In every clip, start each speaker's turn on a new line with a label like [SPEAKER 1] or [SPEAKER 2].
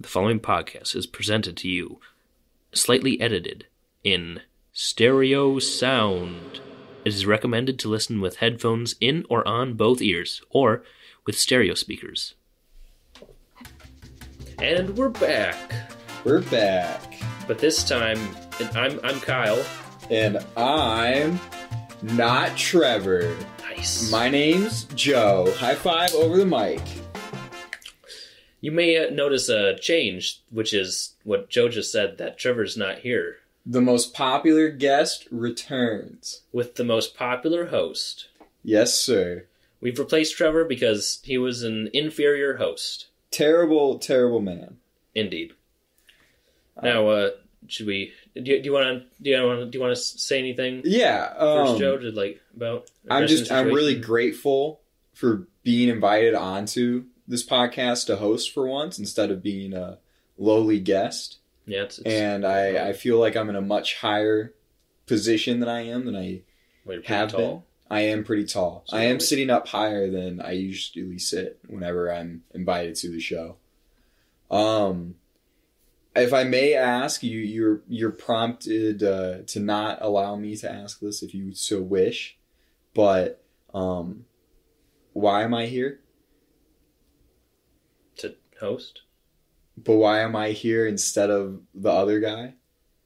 [SPEAKER 1] The following podcast is presented to you, slightly edited, in stereo sound. It is recommended to listen with headphones in or on both ears, or with stereo speakers. And we're back,
[SPEAKER 2] We're back.
[SPEAKER 1] but this time, and I'm I'm Kyle.
[SPEAKER 2] And I'm not Trevor.
[SPEAKER 1] Nice.
[SPEAKER 2] My name's Joe. High five over the mic.
[SPEAKER 1] you may uh, notice a change, which is what Joe just said that Trevor's not here
[SPEAKER 2] The most popular guest returns.
[SPEAKER 1] with the most popular host.
[SPEAKER 2] Yes, sir.
[SPEAKER 1] We've replaced Trevor because he was an inferior host.
[SPEAKER 2] Terrible, terrible man.
[SPEAKER 1] Indeed. Now, uh, should we? Do you, do you want to? Do you want to? Do you want to say anything
[SPEAKER 2] Yeah.
[SPEAKER 1] first,
[SPEAKER 2] Um,
[SPEAKER 1] Joe? Did like about?
[SPEAKER 2] I'm
[SPEAKER 1] addressing
[SPEAKER 2] just,
[SPEAKER 1] the
[SPEAKER 2] I'm really
[SPEAKER 1] situation?
[SPEAKER 2] grateful for being invited onto this podcast to host for once instead of being a lowly guest.
[SPEAKER 1] Yeah, it's, it's
[SPEAKER 2] And I, I feel like I'm in a much higher position than I am than I
[SPEAKER 1] way to put it
[SPEAKER 2] have
[SPEAKER 1] all.
[SPEAKER 2] been. I am pretty tall.
[SPEAKER 1] So
[SPEAKER 2] I am
[SPEAKER 1] really-
[SPEAKER 2] sitting up higher than I usually sit whenever I'm invited to the show. Um, if I may ask, you you're you're prompted uh, to not allow me to ask this if you so wish, but um, why am I here?
[SPEAKER 1] to host
[SPEAKER 2] But why am I here instead of the other guy?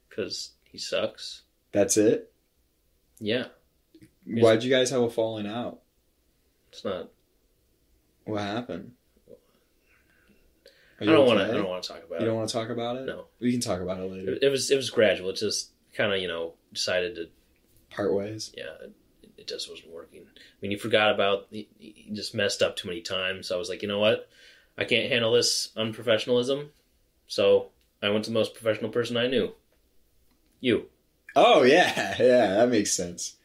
[SPEAKER 1] because he sucks.
[SPEAKER 2] That's it.
[SPEAKER 1] Yeah, Yes.
[SPEAKER 2] Why'd you guys have a falling out?
[SPEAKER 1] it's not.
[SPEAKER 2] What happened? Are
[SPEAKER 1] I
[SPEAKER 2] you
[SPEAKER 1] don't want to.
[SPEAKER 2] okay?
[SPEAKER 1] I don't want to talk about
[SPEAKER 2] You don't
[SPEAKER 1] it.
[SPEAKER 2] want to talk about it?
[SPEAKER 1] No,
[SPEAKER 2] We can talk about it later.
[SPEAKER 1] it, it was it was gradual. It just kind of you know decided to
[SPEAKER 2] Part ways.
[SPEAKER 1] yeah, it, it just wasn't working. I mean, you forgot about you you just messed up too many times. I was like, you know what, I can't handle this unprofessionalism, so I went to the most professional person I knew. You,
[SPEAKER 2] Oh yeah, yeah, that makes sense.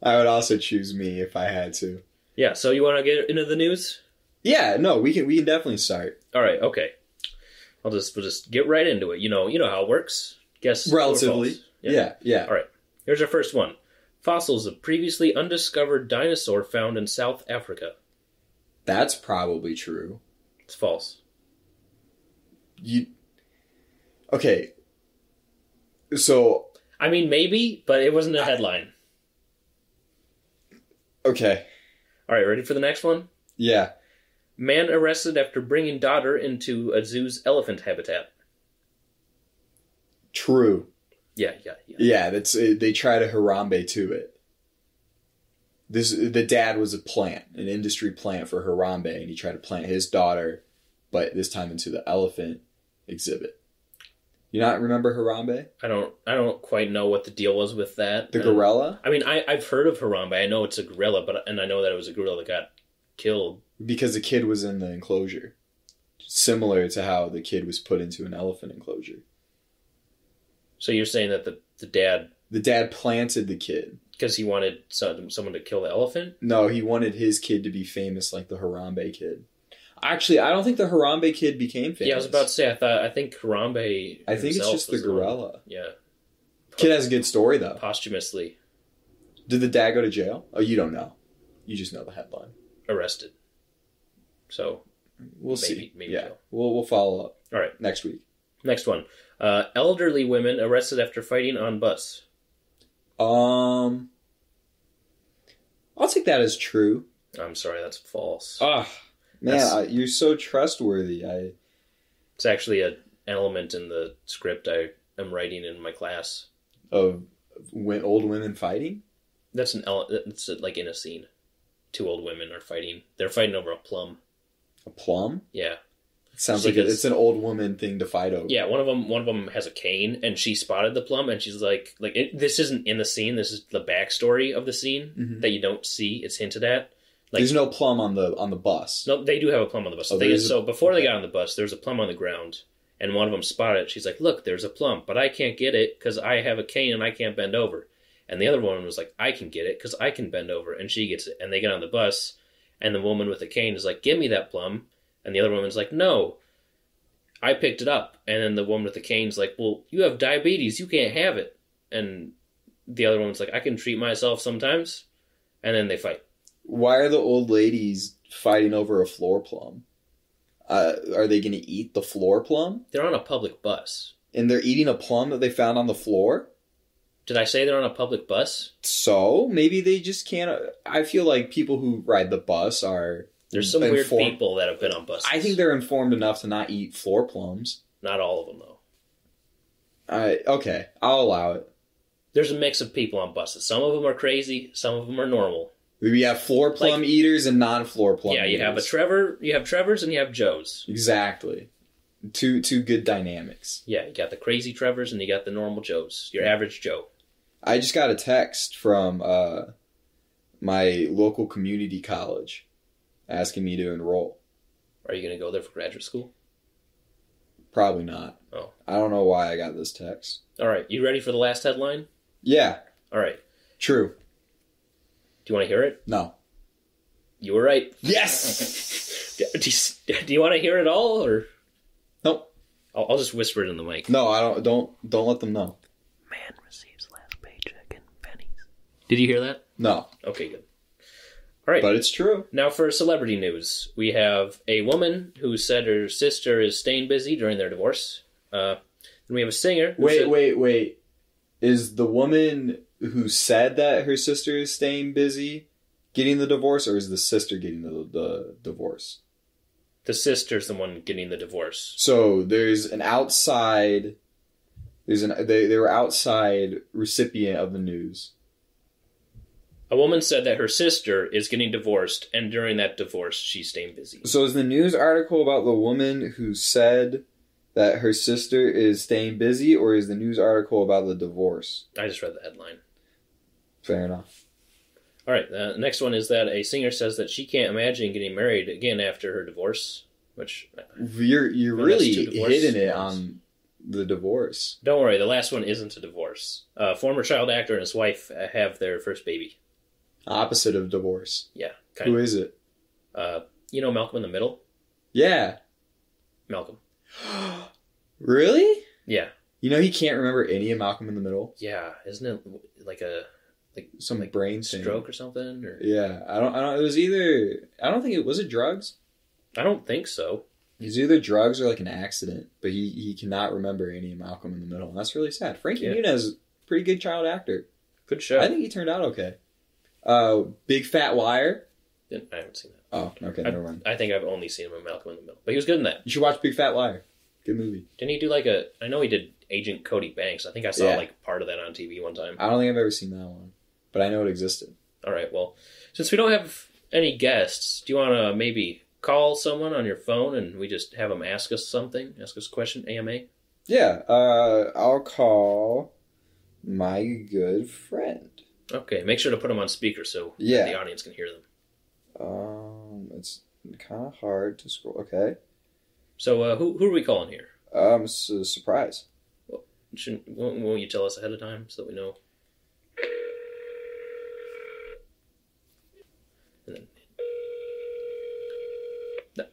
[SPEAKER 2] I would also choose me if I had to.
[SPEAKER 1] yeah. So you want to get into the news?
[SPEAKER 2] Yeah, no, we can we can definitely start.
[SPEAKER 1] All right, okay. I'll just we'll just get right into it. You know, you know how it works. Guess true or
[SPEAKER 2] Relatively,
[SPEAKER 1] false.
[SPEAKER 2] Yeah, yeah.
[SPEAKER 1] Here's our first one. Fossils of previously undiscovered dinosaur found in South Africa.
[SPEAKER 2] That's probably true.
[SPEAKER 1] It's false.
[SPEAKER 2] You Okay. So,
[SPEAKER 1] I mean, maybe, but it wasn't a headline.
[SPEAKER 2] okay.
[SPEAKER 1] All right, ready for the next one?
[SPEAKER 2] Yeah.
[SPEAKER 1] Man arrested after bringing daughter into a zoo's elephant habitat.
[SPEAKER 2] True.
[SPEAKER 1] Yeah, yeah, yeah.
[SPEAKER 2] Yeah, that's uh, they try to Harambe to it. This the dad was a plant, an industry plant for Harambe, and he tried to plant his daughter, but this time into the elephant exhibit. You not remember Harambe,
[SPEAKER 1] I don't, I don't quite know what the deal was with that.
[SPEAKER 2] the
[SPEAKER 1] Uh,
[SPEAKER 2] gorilla?
[SPEAKER 1] I mean, I, I've heard of Harambe. I know it's a gorilla, but and I know that it was a gorilla that got killed.
[SPEAKER 2] Because the kid was in the enclosure, similar to how the kid was put into an elephant enclosure.
[SPEAKER 1] So you're saying that the the dad,
[SPEAKER 2] The dad planted the kid.
[SPEAKER 1] because he wanted some, someone to kill the elephant.
[SPEAKER 2] No, he wanted his kid to be famous like the Harambe kid. Actually, I don't think the Harambe kid became famous.
[SPEAKER 1] Yeah, I was about to say. I thought I think Harambe.
[SPEAKER 2] I think it's
[SPEAKER 1] himself
[SPEAKER 2] just the
[SPEAKER 1] was one-
[SPEAKER 2] gorilla.
[SPEAKER 1] Yeah,
[SPEAKER 2] Kid has a good story though.
[SPEAKER 1] posthumously
[SPEAKER 2] Did the dad go to jail? Oh, you don't know. You just know the headline.
[SPEAKER 1] arrested. So
[SPEAKER 2] We'll
[SPEAKER 1] Maybe-
[SPEAKER 2] see.
[SPEAKER 1] maybe
[SPEAKER 2] yeah,
[SPEAKER 1] so.
[SPEAKER 2] we'll we'll follow up.
[SPEAKER 1] All right.
[SPEAKER 2] next week.
[SPEAKER 1] next one, uh, elderly women arrested after fighting on bus.
[SPEAKER 2] Um, I'll take that as true.
[SPEAKER 1] I'm sorry, that's false.
[SPEAKER 2] Ah, man,
[SPEAKER 1] That's-
[SPEAKER 2] I, you're so trustworthy. I
[SPEAKER 1] It's actually an element in the script I am writing in my class.
[SPEAKER 2] of when old women fighting.
[SPEAKER 1] That's an ele- it's like in a scene. Two old women are fighting. They're fighting over a plum.
[SPEAKER 2] A plum
[SPEAKER 1] Yeah,
[SPEAKER 2] it sounds
[SPEAKER 1] She
[SPEAKER 2] like it-
[SPEAKER 1] does.
[SPEAKER 2] it's an old woman thing to fight over.
[SPEAKER 1] yeah. One of them, one of them has a cane, and she spotted the plum, and she's like, like it, this isn't in the scene. This is the backstory of the scene
[SPEAKER 2] Mhm.
[SPEAKER 1] that you don't see. It's hinted at. Like
[SPEAKER 2] There's no plum on the on the bus.
[SPEAKER 1] no, they do have a plum on the bus.
[SPEAKER 2] Oh,
[SPEAKER 1] The thing
[SPEAKER 2] there
[SPEAKER 1] is,
[SPEAKER 2] is a-
[SPEAKER 1] so before they
[SPEAKER 2] okay.
[SPEAKER 1] got on the bus, there was a plum on the ground, and one of them spotted it. She's like, "Look, there's a plum, but I can't get it because I have a cane and I can't bend over." And the other woman was like, "I can get it because I can bend over," and she gets it. And they get on the bus, and the woman with the cane is like, "Give me that plum," and the other woman's like, "No." I picked it up, and then the woman with the cane's like, "Well, you have diabetes, you can't have it." And the other woman's like, "I can treat myself sometimes," and then they fight.
[SPEAKER 2] Why are the old ladies fighting over a floor plum? Uh, are they going to eat the floor plum?
[SPEAKER 1] They're on a public bus.
[SPEAKER 2] And they're eating a plum that they found on the floor.
[SPEAKER 1] Did I say they're on a public bus?
[SPEAKER 2] So maybe they just can't. I feel like people who ride the bus are.
[SPEAKER 1] There's some weird
[SPEAKER 2] informed-
[SPEAKER 1] people that have been on buses.
[SPEAKER 2] I think they're informed enough to not eat floor plums.
[SPEAKER 1] not all of them though.
[SPEAKER 2] Uh, okay, I'll allow it.
[SPEAKER 1] There's a mix of people on buses. Some of them are crazy. Some of them are normal.
[SPEAKER 2] We have floor plum eaters and non-floor plum.
[SPEAKER 1] yeah, you
[SPEAKER 2] eaters.
[SPEAKER 1] have a Trevor, you have Trevors, and you have Joes.
[SPEAKER 2] exactly. Two two good dynamics.
[SPEAKER 1] Yeah, you got the crazy Trevors and you got the normal Joes. Your average Joe.
[SPEAKER 2] I just got a text from uh, my local community college asking me to enroll.
[SPEAKER 1] Are you going to go there for graduate school?
[SPEAKER 2] Probably not.
[SPEAKER 1] Oh.
[SPEAKER 2] I don't know why I got this text.
[SPEAKER 1] All right, you ready for the last headline?
[SPEAKER 2] Yeah,
[SPEAKER 1] All right,
[SPEAKER 2] true.
[SPEAKER 1] do you want to hear it?
[SPEAKER 2] No.
[SPEAKER 1] You were right.
[SPEAKER 2] Yes.
[SPEAKER 1] Do you, do you want to hear it all, or
[SPEAKER 2] Nope.
[SPEAKER 1] I'll, I'll just whisper it in the mic.
[SPEAKER 2] No, I don't. Don't don't let them know.
[SPEAKER 1] Man receives last paycheck in pennies. Did you hear that?
[SPEAKER 2] No,
[SPEAKER 1] Okay, good. All right.
[SPEAKER 2] but it's true.
[SPEAKER 1] Now for celebrity news, we have a woman who said her sister is staying busy during their divorce. Uh, and we have a singer. who
[SPEAKER 2] Wait,
[SPEAKER 1] said-
[SPEAKER 2] wait, wait. Is the woman who said that her sister is staying busy getting the divorce, or is the sister getting the, the divorce?
[SPEAKER 1] The sister's the one getting the divorce.
[SPEAKER 2] So there's an outside. There's an they they were outside recipient of the news.
[SPEAKER 1] A woman said that her sister is getting divorced, and during that divorce, she's staying busy.
[SPEAKER 2] So is the news article about the woman who said that her sister is staying busy, or is the news article about the divorce?
[SPEAKER 1] I just read the headline.
[SPEAKER 2] Fair enough.
[SPEAKER 1] All right, uh, the next one is that a singer says that she can't imagine getting married again after her divorce. Which,
[SPEAKER 2] You're you're
[SPEAKER 1] Well, that's
[SPEAKER 2] really
[SPEAKER 1] two divorce
[SPEAKER 2] hitting it
[SPEAKER 1] ones.
[SPEAKER 2] on the divorce.
[SPEAKER 1] don't worry, the last one isn't a divorce. A former child actor and his wife uh, have their first baby.
[SPEAKER 2] Opposite of divorce.
[SPEAKER 1] Yeah,
[SPEAKER 2] Who
[SPEAKER 1] kind of.
[SPEAKER 2] is it?
[SPEAKER 1] Uh, you know Malcolm in the Middle?
[SPEAKER 2] Yeah.
[SPEAKER 1] Malcolm.
[SPEAKER 2] Really?
[SPEAKER 1] Yeah,
[SPEAKER 2] You know he can't remember any of Malcolm in the Middle.
[SPEAKER 1] yeah. Isn't it like a
[SPEAKER 2] Some
[SPEAKER 1] Like
[SPEAKER 2] brain thing.
[SPEAKER 1] stroke or something? Or
[SPEAKER 2] Yeah. I don't. I don't. It was either. I don't think it was it drugs.
[SPEAKER 1] I don't think so.
[SPEAKER 2] It was either drugs or like an accident. But he he cannot remember any of Malcolm in the Middle, and that's really sad. Frankie
[SPEAKER 1] Yeah.
[SPEAKER 2] Muniz, pretty good child actor.
[SPEAKER 1] Good show.
[SPEAKER 2] I think he turned out okay. Uh, Big Fat Liar.
[SPEAKER 1] Didn't- I haven't seen that.
[SPEAKER 2] Oh, okay. Never mind.
[SPEAKER 1] I think I've only seen him in Malcolm in the Middle, but he was good in that.
[SPEAKER 2] You should watch Big Fat Liar. Good movie.
[SPEAKER 1] Didn't he do like a? I know he did Agent Cody Banks. I think I saw
[SPEAKER 2] Yeah.
[SPEAKER 1] like part of that on TV one time.
[SPEAKER 2] I don't think I've ever seen that one, but I know it existed.
[SPEAKER 1] All right. Well, since we don't have any guests, do you want to maybe call someone on your phone and we just have them ask us something, ask us a question, AMA?
[SPEAKER 2] Yeah. Uh, I'll call my good friend.
[SPEAKER 1] Okay. Make sure to put them on speaker so
[SPEAKER 2] Yeah.
[SPEAKER 1] the audience can hear them.
[SPEAKER 2] Um, it's kind of hard to scroll. Okay.
[SPEAKER 1] So uh, who who are we calling here?
[SPEAKER 2] Um, su- surprise.
[SPEAKER 1] Shouldn't, won't, won't you tell us ahead of time so that we know? And then, No,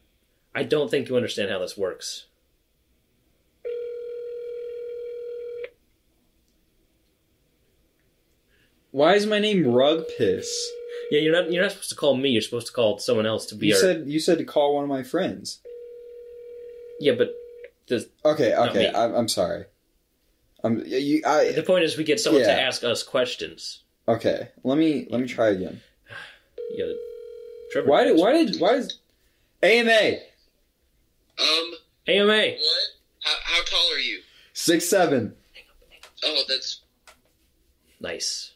[SPEAKER 1] I don't think you understand how this works.
[SPEAKER 2] Why is my name Rug Piss?
[SPEAKER 1] Yeah, you're not you're not supposed to call me. You're supposed to call someone else to be
[SPEAKER 2] You
[SPEAKER 1] our.
[SPEAKER 2] said you said to call one of my friends.
[SPEAKER 1] yeah, but
[SPEAKER 2] Okay,
[SPEAKER 1] Not
[SPEAKER 2] okay.
[SPEAKER 1] me.
[SPEAKER 2] I'm, I'm sorry. I'm y- you. I
[SPEAKER 1] the point is, we get someone to
[SPEAKER 2] Yeah.
[SPEAKER 1] ask us questions.
[SPEAKER 2] okay. Let me let me try again.
[SPEAKER 1] Yeah, Trevor.
[SPEAKER 2] Why did why did why is AMA
[SPEAKER 3] Um,
[SPEAKER 1] AMA?
[SPEAKER 3] what? How, how tall are you?
[SPEAKER 2] six seven?
[SPEAKER 3] Oh, that's
[SPEAKER 1] Nice.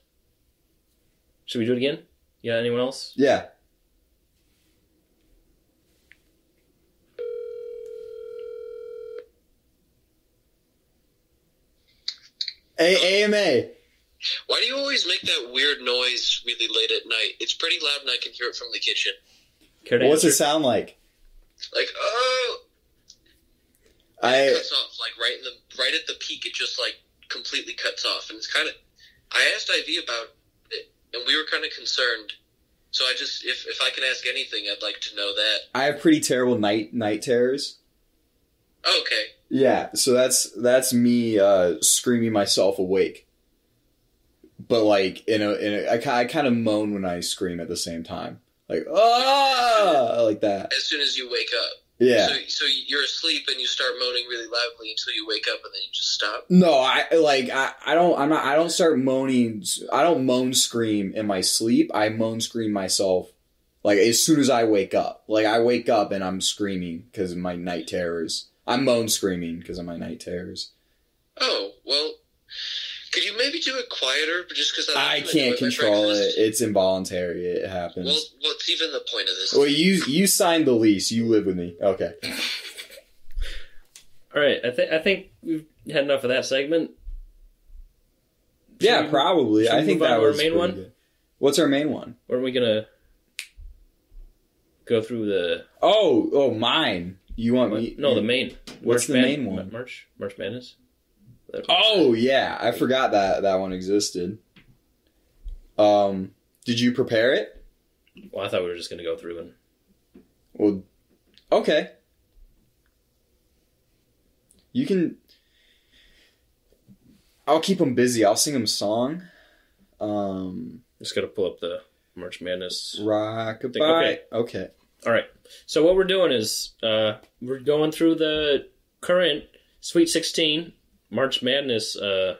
[SPEAKER 1] Should we do it again? Yeah. Anyone else?
[SPEAKER 2] Yeah. A- AMA.
[SPEAKER 3] why do you always make that weird noise really late at night? It's pretty loud, and I can hear it from the kitchen.
[SPEAKER 1] Care to
[SPEAKER 2] What's
[SPEAKER 1] answer?
[SPEAKER 2] it sound like?
[SPEAKER 3] Like, oh,
[SPEAKER 2] I
[SPEAKER 3] cuts off like right in the right at the peak. It just like completely cuts off, and it's kind of. I asked IV about it, and we were kind of concerned. So I just, if if I can ask anything, I'd like to know that.
[SPEAKER 2] I have pretty terrible night night terrors.
[SPEAKER 3] Oh, okay,
[SPEAKER 2] Yeah, so that's that's me uh, screaming myself awake. But like in a in a, I, ki- I kind of moan when I scream at the same time, like ah, like that.
[SPEAKER 3] as soon as you wake up.
[SPEAKER 2] Yeah.
[SPEAKER 3] So, so you're asleep and you start moaning really loudly until you wake up and then you just stop.
[SPEAKER 2] No, I like I, I don't I'm not I don't start moaning I don't moan scream in my sleep. I moan scream myself like as soon as I wake up. Like I wake up and I'm screaming because of my night terrors. I'm moan screaming because of my night terrors.
[SPEAKER 3] Oh well, could you maybe do it quieter? But just because
[SPEAKER 2] I can't control it. It's involuntary. It happens.
[SPEAKER 3] Well, what's even the point of this?
[SPEAKER 2] Well, you you signed the lease. You live with me. Okay.
[SPEAKER 1] All right, I think I think we've had enough of that segment.
[SPEAKER 2] yeah,
[SPEAKER 1] we-
[SPEAKER 2] probably.
[SPEAKER 1] should we
[SPEAKER 2] I think
[SPEAKER 1] move on
[SPEAKER 2] that
[SPEAKER 1] to our
[SPEAKER 2] was
[SPEAKER 1] main
[SPEAKER 2] pretty
[SPEAKER 1] one?
[SPEAKER 2] good. What's our main one?
[SPEAKER 1] Or are we gonna go through the
[SPEAKER 2] Oh, oh, mine. You want me?
[SPEAKER 1] no the main? March
[SPEAKER 2] What's the
[SPEAKER 1] Mad-
[SPEAKER 2] main one?
[SPEAKER 1] March March Madness.
[SPEAKER 2] Oh yeah, I forgot that that one existed. Um, did you prepare it?
[SPEAKER 1] Well, I thought we were just gonna go through and
[SPEAKER 2] Well, okay. You can. I'll keep them busy. I'll sing them a song. Um,
[SPEAKER 1] just gotta pull up the March Madness.
[SPEAKER 2] rock
[SPEAKER 1] Think- okay.
[SPEAKER 2] Okay.
[SPEAKER 1] So what we're doing is uh, we're going through the current Sweet 16 March Madness uh,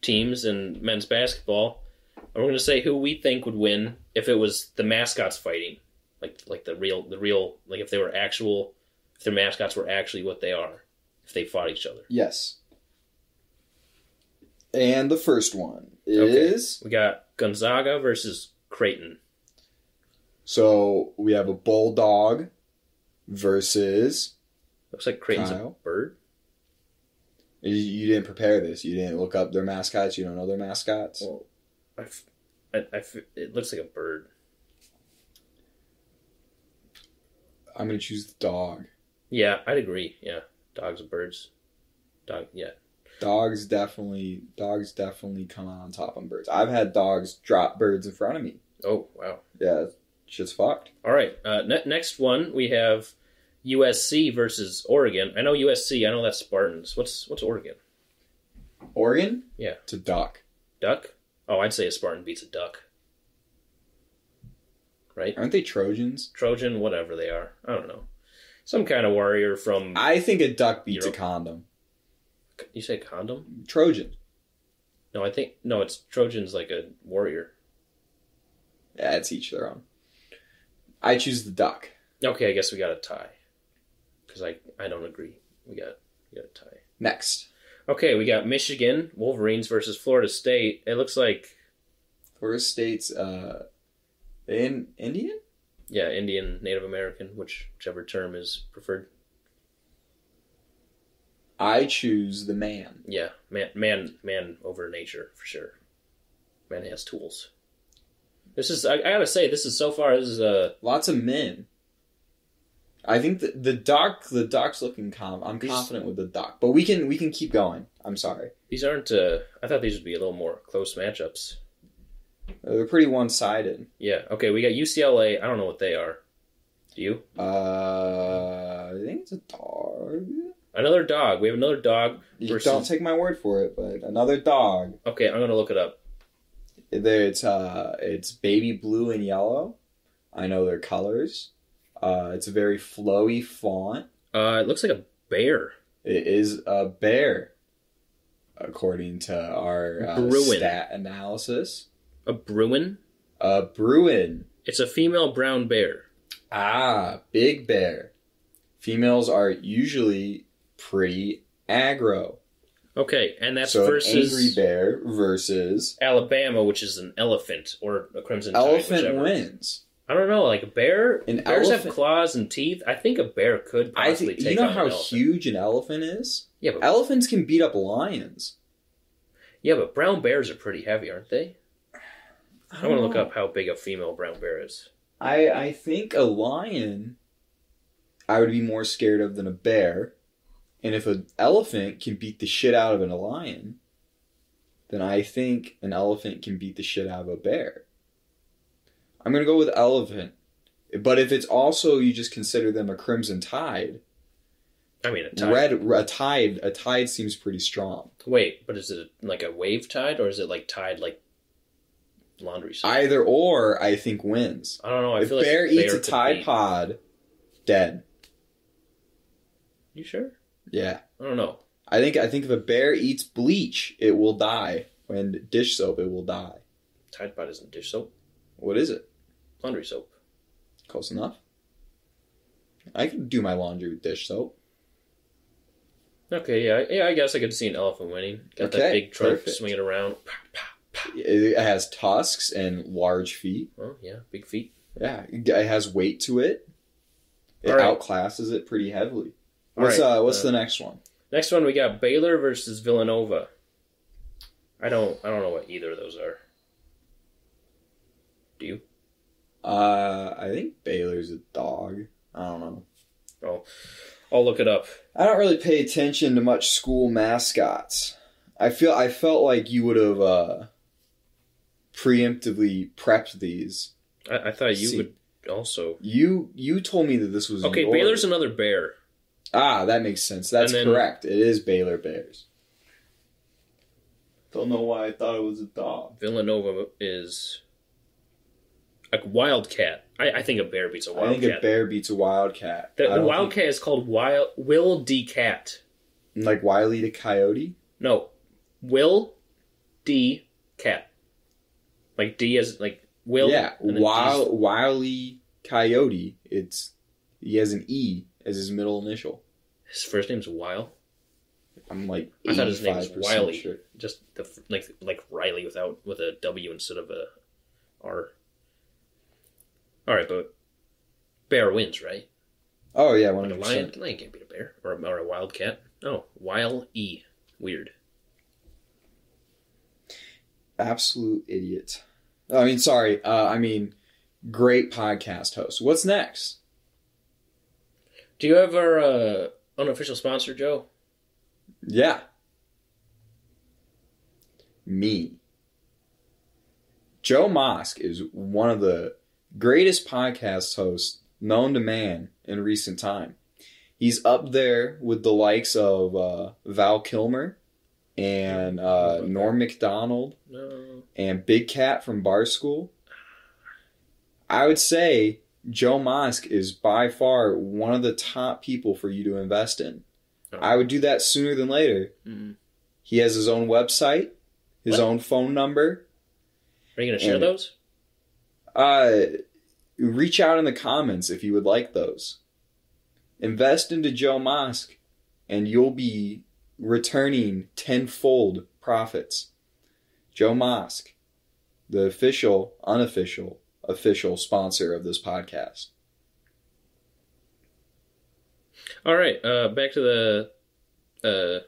[SPEAKER 1] teams in men's basketball, and we're going to say who we think would win if it was the mascots fighting, like like the real the real like if they were actual if their mascots were actually what they are if they fought each other.
[SPEAKER 2] Yes. And the first one
[SPEAKER 1] Okay.
[SPEAKER 2] is
[SPEAKER 1] We got Gonzaga versus Creighton.
[SPEAKER 2] so we have a bulldog versus.
[SPEAKER 1] Looks like Creighton's
[SPEAKER 2] Kyle?
[SPEAKER 1] a bird.
[SPEAKER 2] You, you didn't prepare this. You didn't look up their mascots. You don't know their mascots.
[SPEAKER 1] Well, I f I I f it looks like a bird.
[SPEAKER 2] I'm gonna choose the dog.
[SPEAKER 1] Yeah, I'd agree. Yeah, dogs and birds. Dog. Yeah,
[SPEAKER 2] Dogs definitely. Dogs definitely come out on top on birds. I've had dogs drop birds in front of me.
[SPEAKER 1] Oh wow!
[SPEAKER 2] Yeah, shit's fucked.
[SPEAKER 1] All right. Uh, ne- next one we have USC versus Oregon. I know USC. I know that's Spartans. What's what's Oregon?
[SPEAKER 2] Oregon.
[SPEAKER 1] Yeah.
[SPEAKER 2] To duck.
[SPEAKER 1] Duck? Oh, I'd say a Spartan beats a duck. Right?
[SPEAKER 2] Aren't they Trojans?
[SPEAKER 1] Trojan, whatever they are. I don't know. Some kind of warrior from.
[SPEAKER 2] I think a duck beats
[SPEAKER 1] Europe.
[SPEAKER 2] a condom.
[SPEAKER 1] You say condom?
[SPEAKER 2] Trojan.
[SPEAKER 1] No, I think no. It's Trojan's like a warrior.
[SPEAKER 2] Yeah, it's each their own. I choose the duck.
[SPEAKER 1] Okay, I guess we got a tie. Because I I don't agree. We got we got a tie.
[SPEAKER 2] Next.
[SPEAKER 1] Okay, we got Michigan Wolverines versus Florida State. It looks like
[SPEAKER 2] Florida State's uh in Indian?
[SPEAKER 1] yeah, Indian, Native American, which whichever term is preferred.
[SPEAKER 2] I choose the man.
[SPEAKER 1] Yeah, man, man, man over nature for sure. Man has tools. This is I, I gotta say this is so far this is uh
[SPEAKER 2] Lots of men. I think the, the duck the duck's looking calm. I'm
[SPEAKER 1] He's-
[SPEAKER 2] confident with the duck. But we can we can keep going. I'm sorry.
[SPEAKER 1] these aren't uh I thought these would be a little more close matchups.
[SPEAKER 2] They're pretty one sided.
[SPEAKER 1] Yeah, okay, we got UCLA. I don't know what they are. Do you?
[SPEAKER 2] Uh I think it's a dog.
[SPEAKER 1] Another dog. We have another dog.
[SPEAKER 2] You
[SPEAKER 1] Versus-
[SPEAKER 2] don't take my word for it, but another dog.
[SPEAKER 1] Okay, I'm gonna look it up.
[SPEAKER 2] There it's uh it's baby blue and yellow. I know their colors. Uh it's a very flowy font.
[SPEAKER 1] Uh, it looks like a bear.
[SPEAKER 2] It is a bear, according to our uh,
[SPEAKER 1] Bruin.
[SPEAKER 2] stat analysis.
[SPEAKER 1] A Bruin.
[SPEAKER 2] A Bruin.
[SPEAKER 1] It's a female brown bear.
[SPEAKER 2] Ah, big bear. Females are usually pretty aggro.
[SPEAKER 1] Okay, and that's
[SPEAKER 2] so
[SPEAKER 1] versus
[SPEAKER 2] an angry bear versus
[SPEAKER 1] Alabama, which is an elephant or a crimson tide,
[SPEAKER 2] elephant
[SPEAKER 1] whichever.
[SPEAKER 2] wins.
[SPEAKER 1] I don't know, like a bear.
[SPEAKER 2] An
[SPEAKER 1] bears have
[SPEAKER 2] elephant-
[SPEAKER 1] claws and teeth. I think a bear could
[SPEAKER 2] I
[SPEAKER 1] possibly
[SPEAKER 2] think
[SPEAKER 1] take
[SPEAKER 2] you know
[SPEAKER 1] on
[SPEAKER 2] how
[SPEAKER 1] an elephant.
[SPEAKER 2] huge an elephant is.
[SPEAKER 1] Yeah, but,
[SPEAKER 2] Elephants can beat up lions.
[SPEAKER 1] yeah, but brown bears are pretty heavy, aren't they? I want to
[SPEAKER 2] don't
[SPEAKER 1] look
[SPEAKER 2] know.
[SPEAKER 1] up how big a female brown bear is.
[SPEAKER 2] I I think a lion I would be more scared of than a bear. And if an elephant can beat the shit out of a lion, then I think an elephant can beat the shit out of a bear. I'm going to go with elephant. But if it's also you just consider them a crimson tide,
[SPEAKER 1] I mean, a tide.
[SPEAKER 2] red a tide a tide seems pretty strong.
[SPEAKER 1] Wait, but is it like a wave tide or is it like tide like laundry? soap?
[SPEAKER 2] Either or I think wins.
[SPEAKER 1] Oh, I don't know. I
[SPEAKER 2] if
[SPEAKER 1] feel
[SPEAKER 2] bear
[SPEAKER 1] like
[SPEAKER 2] eats a
[SPEAKER 1] could
[SPEAKER 2] tide
[SPEAKER 1] be-
[SPEAKER 2] pod, dead.
[SPEAKER 1] You sure?
[SPEAKER 2] Yeah.
[SPEAKER 1] I don't know.
[SPEAKER 2] I think I think if a bear eats bleach, it will die. When dish soap, it will die.
[SPEAKER 1] Tide Pod isn't dish soap.
[SPEAKER 2] What is it?
[SPEAKER 1] Laundry soap.
[SPEAKER 2] Close enough. I can do my laundry with dish soap.
[SPEAKER 1] Okay, yeah, yeah. I guess I could see an elephant winning. Got that
[SPEAKER 2] Okay,
[SPEAKER 1] big trunk
[SPEAKER 2] perfect.
[SPEAKER 1] swinging around. Pow, pow.
[SPEAKER 2] It has tusks and large feet.
[SPEAKER 1] Oh yeah, big feet.
[SPEAKER 2] Yeah, it has weight to it. It
[SPEAKER 1] All right.
[SPEAKER 2] outclasses it pretty heavily.
[SPEAKER 1] All
[SPEAKER 2] What's
[SPEAKER 1] right,
[SPEAKER 2] uh, what's
[SPEAKER 1] uh,
[SPEAKER 2] the next one?
[SPEAKER 1] Next one we got Baylor versus Villanova. I don't I don't know what either of those are. Do you?
[SPEAKER 2] Uh, I think Baylor's a dog. I don't know.
[SPEAKER 1] I'll look it up.
[SPEAKER 2] I don't really pay attention to much school mascots. I feel I felt like you would have uh, preemptively prepped these.
[SPEAKER 1] I, I thought you
[SPEAKER 2] See.
[SPEAKER 1] would also.
[SPEAKER 2] You you told me that this was in
[SPEAKER 1] Okay,
[SPEAKER 2] order.
[SPEAKER 1] Baylor's another bear.
[SPEAKER 2] ah that makes sense. That's
[SPEAKER 1] And then-
[SPEAKER 2] correct. It is Baylor Bears. Don't know why I thought it was a dog.
[SPEAKER 1] Villanova is a wildcat. I, I think a bear beats a
[SPEAKER 2] I think a
[SPEAKER 1] wildcat.
[SPEAKER 2] bear beats a wildcat.
[SPEAKER 1] The,
[SPEAKER 2] I
[SPEAKER 1] the
[SPEAKER 2] don't
[SPEAKER 1] wildcat is called Wild Will D Cat.
[SPEAKER 2] think- like Wiley the coyote.
[SPEAKER 1] No, Will D Cat. Like D as like Will.
[SPEAKER 2] yeah,
[SPEAKER 1] and then D's-
[SPEAKER 2] Wil- Wiley coyote. It's he has an E as his middle initial.
[SPEAKER 1] His first name's Wile.
[SPEAKER 2] I'm like
[SPEAKER 1] I thought his name was
[SPEAKER 2] 85%
[SPEAKER 1] Wiley.
[SPEAKER 2] Sure.
[SPEAKER 1] just the f- like like Riley without with a W instead of a R. All right, but bear wins, right?
[SPEAKER 2] Oh yeah, one
[SPEAKER 1] Like a
[SPEAKER 2] hundred
[SPEAKER 1] lion,
[SPEAKER 2] percent.
[SPEAKER 1] lion can't beat a bear or a, or a wildcat. No, wile e weird.
[SPEAKER 2] Absolute idiot. I mean, sorry. Uh, I mean, great podcast host. What's next?
[SPEAKER 1] Do you have our uh, unofficial sponsor, Joe?
[SPEAKER 2] Yeah, me. Joe Mosk is one of the greatest podcast hosts known to man in recent time. He's up there with the likes of uh, Val Kilmer and uh, Norm McDonald
[SPEAKER 1] No.
[SPEAKER 2] and Big Cat from Bar School, I would say Joe Mosk is by far one of the top people for you to invest in. I would do that sooner than later.
[SPEAKER 1] Mm.
[SPEAKER 2] He has his own website, his
[SPEAKER 1] What?
[SPEAKER 2] own phone number.
[SPEAKER 1] Are you gonna share
[SPEAKER 2] And-
[SPEAKER 1] those?
[SPEAKER 2] Uh, reach out in the comments if you would like those. Invest into Joe Mosk, and you'll be returning tenfold profits. Joe Mosk, the official, unofficial, official sponsor of this podcast.
[SPEAKER 1] All right, uh, back to the uh,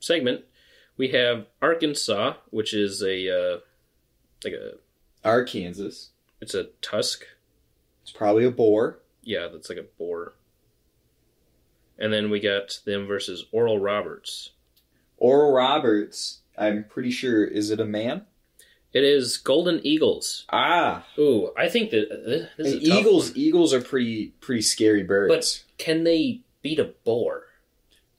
[SPEAKER 1] segment. We have Arkansas, which is a uh, like a
[SPEAKER 2] Arkansas.
[SPEAKER 1] it's a tusk
[SPEAKER 2] It's probably a boar.
[SPEAKER 1] Yeah, that's like a bore. And then we got them versus Oral Roberts.
[SPEAKER 2] Oral Roberts, I'm pretty sure, is it a man?
[SPEAKER 1] It is Golden Eagles.
[SPEAKER 2] Ah,
[SPEAKER 1] Ooh, I think that uh, this is
[SPEAKER 2] and
[SPEAKER 1] a tough
[SPEAKER 2] eagles.
[SPEAKER 1] one.
[SPEAKER 2] Eagles are pretty pretty scary birds.
[SPEAKER 1] Can they beat a boar?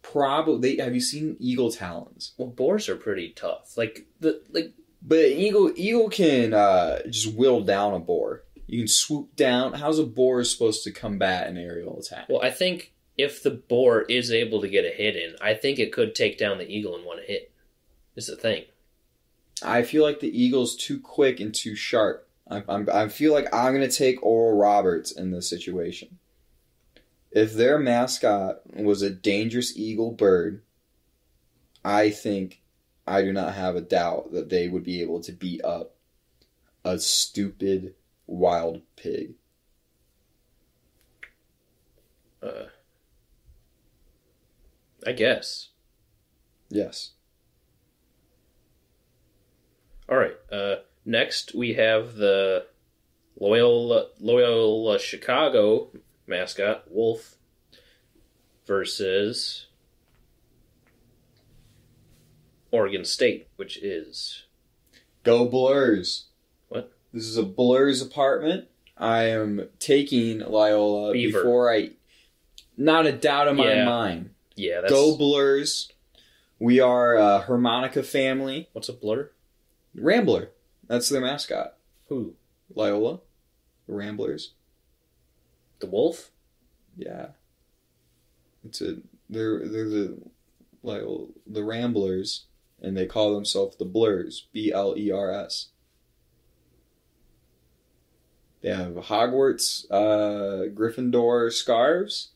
[SPEAKER 2] Probably. Have you seen eagle talons?
[SPEAKER 1] Well, boars are pretty tough. Like the like.
[SPEAKER 2] But eagle eagle can uh, just whittle down a boar. You can swoop down. How's a boar supposed to combat an aerial attack?
[SPEAKER 1] Well, I think if the boar is able to get a hit in, I think it could take down the eagle in one hit. Is the thing.
[SPEAKER 2] I feel like the eagle's too quick and too sharp. I, I'm, I feel like I'm gonna take Oral Roberts in this situation. If their mascot was a dangerous eagle bird, I think I do not have a doubt that they would be able to beat up a stupid wild pig.
[SPEAKER 1] Uh, I guess.
[SPEAKER 2] Yes.
[SPEAKER 1] All right. Uh, next, we have the Loyola, Loyola Chicago mascot Wolf versus Oregon State, which is
[SPEAKER 2] Go Blurs.
[SPEAKER 1] What?
[SPEAKER 2] This is a Blurs apartment. I am taking Loyola
[SPEAKER 1] Beaver.
[SPEAKER 2] before I. Not a doubt in my
[SPEAKER 1] Yeah.
[SPEAKER 2] mind.
[SPEAKER 1] yeah. That's,
[SPEAKER 2] Go Blurs. We are a harmonica family.
[SPEAKER 1] what's a blur?
[SPEAKER 2] Rambler. That's their mascot.
[SPEAKER 1] Who
[SPEAKER 2] Loyola. The Ramblers.
[SPEAKER 1] the wolf?
[SPEAKER 2] Yeah. it's a they're they're the like the Ramblers, and they call themselves the Blurs. B L E R S. They have Hogwarts, uh, Gryffindor scarves.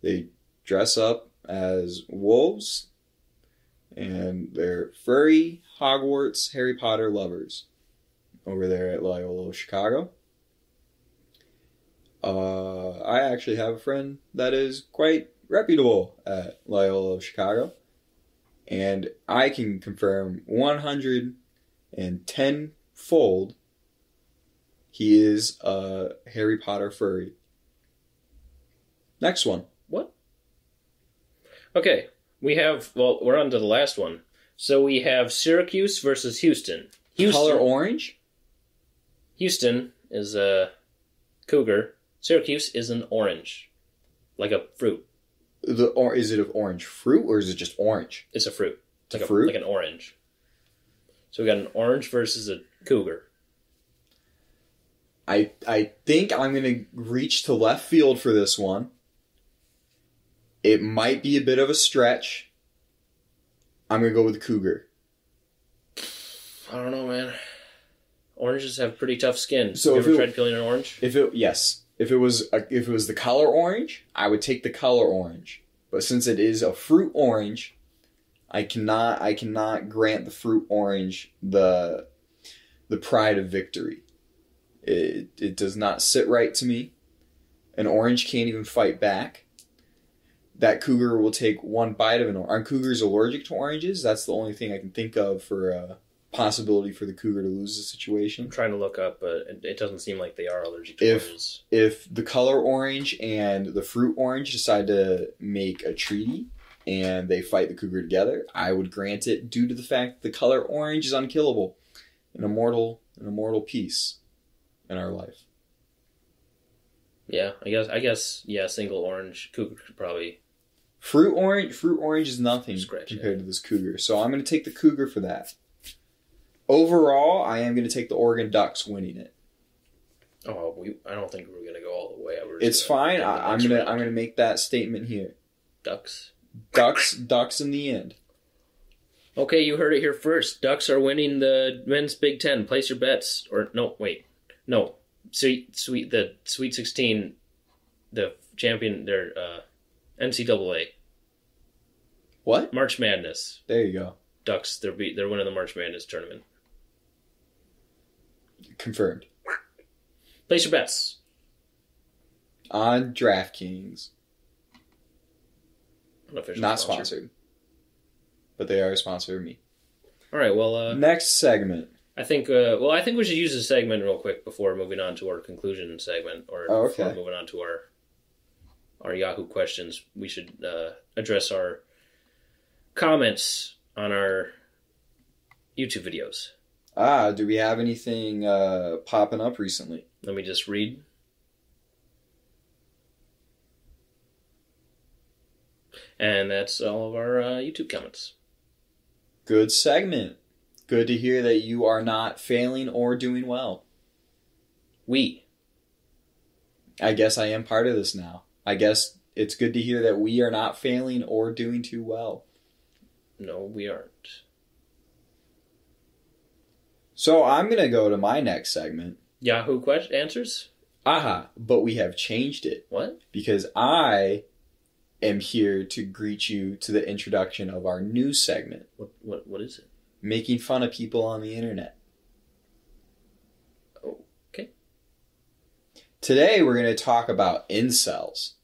[SPEAKER 2] They dress up as wolves, and they're furry Hogwarts Harry Potter lovers over there at Loyola Chicago. Uh, I actually have a friend that is quite reputable at Loyola Chicago, and I can confirm 110 fold he is a Harry Potter furry. Next one.
[SPEAKER 1] Okay, we have well, we're on to the last one. So we have Syracuse versus Houston. Houston,
[SPEAKER 2] Color orange?
[SPEAKER 1] Houston is a cougar. Syracuse is an orange, like a fruit.
[SPEAKER 2] The or is it of orange fruit or is it just orange?
[SPEAKER 1] It's a fruit. It's
[SPEAKER 2] A
[SPEAKER 1] like
[SPEAKER 2] fruit?
[SPEAKER 1] like an orange. So we got an orange versus a cougar.
[SPEAKER 2] I I think I'm gonna reach to left field for this one. It might be a bit of a stretch. I'm gonna go with Cougar.
[SPEAKER 1] I don't know, man. Oranges have pretty tough skin.
[SPEAKER 2] So
[SPEAKER 1] So you
[SPEAKER 2] if
[SPEAKER 1] ever
[SPEAKER 2] it-
[SPEAKER 1] tried peeling an orange?
[SPEAKER 2] If it yes, if it was a, if it was the color orange, I would take the color orange. But since it is a fruit orange, I cannot I cannot grant the fruit orange the the pride of victory. It it does not sit right to me. An orange can't even fight back. That cougar will take one bite of an orange. Are cougars allergic to oranges? That's the only thing I can think of for a possibility for the cougar to lose the situation.
[SPEAKER 1] I'm trying to look up, but it, it doesn't seem like they are allergic to
[SPEAKER 2] If-
[SPEAKER 1] oranges.
[SPEAKER 2] if the color orange and the fruit orange decide to make a treaty and they fight the cougar together, I would grant it due to the fact the color orange is unkillable, an immortal, an immortal piece in our life.
[SPEAKER 1] Yeah, I guess. I guess. Yeah, single orange cougar could probably.
[SPEAKER 2] Fruit orange, fruit orange is nothing
[SPEAKER 1] Scratch it.
[SPEAKER 2] compared to this cougar. So I'm going to take the cougar for that. Overall, I am going to take the Oregon Ducks winning it.
[SPEAKER 1] Oh, we. I don't think we're gonna go all the way. We're just
[SPEAKER 2] It's
[SPEAKER 1] gonna-
[SPEAKER 2] fine. I, I'm gonna I'm gonna make that statement here.
[SPEAKER 1] ducks.
[SPEAKER 2] Ducks, ducks in the end.
[SPEAKER 1] Okay, you heard it here first. Ducks are winning the men's Big Ten. Place your bets, or no, wait, no. Sweet, sweet, the Sweet Sixteen, the champion, their uh, NCAA
[SPEAKER 2] What?
[SPEAKER 1] March Madness.
[SPEAKER 2] There you go.
[SPEAKER 1] Ducks, they're be, they're winning the March Madness tournament.
[SPEAKER 2] Confirmed.
[SPEAKER 1] Place your bets.
[SPEAKER 2] on DraftKings.
[SPEAKER 1] Unofficial
[SPEAKER 2] Not
[SPEAKER 1] sponsor.
[SPEAKER 2] sponsored, but they are a sponsor of me.
[SPEAKER 1] All right. Well, uh,
[SPEAKER 2] Next segment.
[SPEAKER 1] I think. Uh, well, I think we should use this segment real quick before moving on to our conclusion segment, or
[SPEAKER 2] Oh, okay.
[SPEAKER 1] before moving on to our our Yahoo questions. We should uh, address our comments on our YouTube videos.
[SPEAKER 2] Ah, do we have anything uh, popping up recently?
[SPEAKER 1] Let me just read. And that's all of our uh, YouTube comments.
[SPEAKER 2] Good segment. Good to hear that you are not failing or doing well.
[SPEAKER 1] We
[SPEAKER 2] I guess I am part of this now. I guess it's good to hear that we are not failing or doing too well.
[SPEAKER 1] no, we aren't.
[SPEAKER 2] So I'm going to go to my next segment.
[SPEAKER 1] Yahoo question answers.
[SPEAKER 2] Aha, but we have changed it.
[SPEAKER 1] What?
[SPEAKER 2] because I am here to greet you to the introduction of our new segment,
[SPEAKER 1] What? What? What is it?
[SPEAKER 2] making fun of people on the internet.
[SPEAKER 1] Okay.
[SPEAKER 2] Today we're going to talk about incels.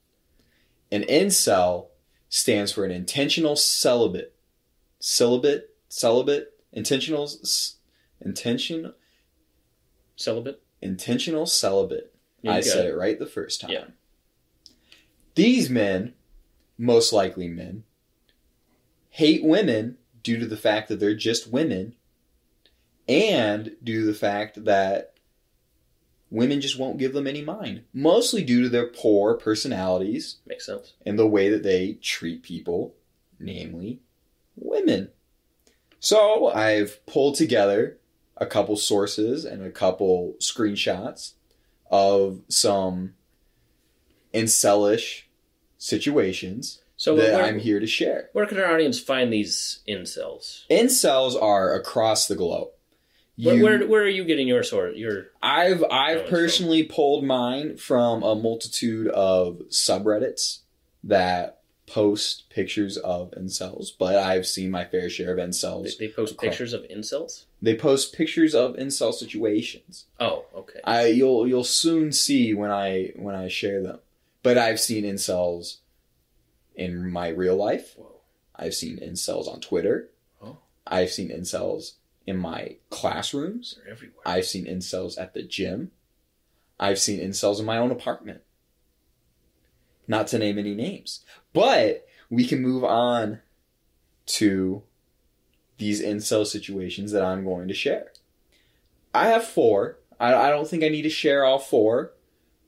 [SPEAKER 2] An incel stands for an intentional celibate. Celibate, celibate, intentional s- intention
[SPEAKER 1] Celibate.
[SPEAKER 2] intentional celibate.
[SPEAKER 1] You
[SPEAKER 2] I
[SPEAKER 1] got
[SPEAKER 2] said
[SPEAKER 1] it.
[SPEAKER 2] it right the first time.
[SPEAKER 1] Yeah.
[SPEAKER 2] These men, most likely men, hate women due to the fact that they're just women and due to the fact that women just won't give them any mind, mostly due to their poor personalities
[SPEAKER 1] Makes sense.
[SPEAKER 2] and the way that they treat people, namely women. So I've pulled together a couple sources and a couple screenshots of some incelish situations.
[SPEAKER 1] So
[SPEAKER 2] that
[SPEAKER 1] where,
[SPEAKER 2] I'm here to share.
[SPEAKER 1] where can our audience find these incels?
[SPEAKER 2] Incels are across the globe.
[SPEAKER 1] Where,
[SPEAKER 2] You-
[SPEAKER 1] where where are you getting your sort? Your
[SPEAKER 2] I've
[SPEAKER 1] Oh,
[SPEAKER 2] I've
[SPEAKER 1] so-
[SPEAKER 2] personally pulled mine from a multitude of subreddits that post pictures of incels, but I've seen my fair share of
[SPEAKER 1] they,
[SPEAKER 2] incels.
[SPEAKER 1] they post
[SPEAKER 2] Okay.
[SPEAKER 1] pictures of incels.
[SPEAKER 2] They post pictures of incel situations.
[SPEAKER 1] Oh, okay.
[SPEAKER 2] I you'll you'll soon see when I when I share them. But I've seen incels in my real life.
[SPEAKER 1] Whoa.
[SPEAKER 2] I've seen incels on Twitter.
[SPEAKER 1] Oh.
[SPEAKER 2] I've seen incels in my classrooms.
[SPEAKER 1] They're everywhere.
[SPEAKER 2] I've seen incels at the gym. I've seen incels in my own apartment. Not to name any names. But we can move on to these incel situations that I'm going to share. I have four. I, I don't think I need to share all
[SPEAKER 1] I
[SPEAKER 2] four.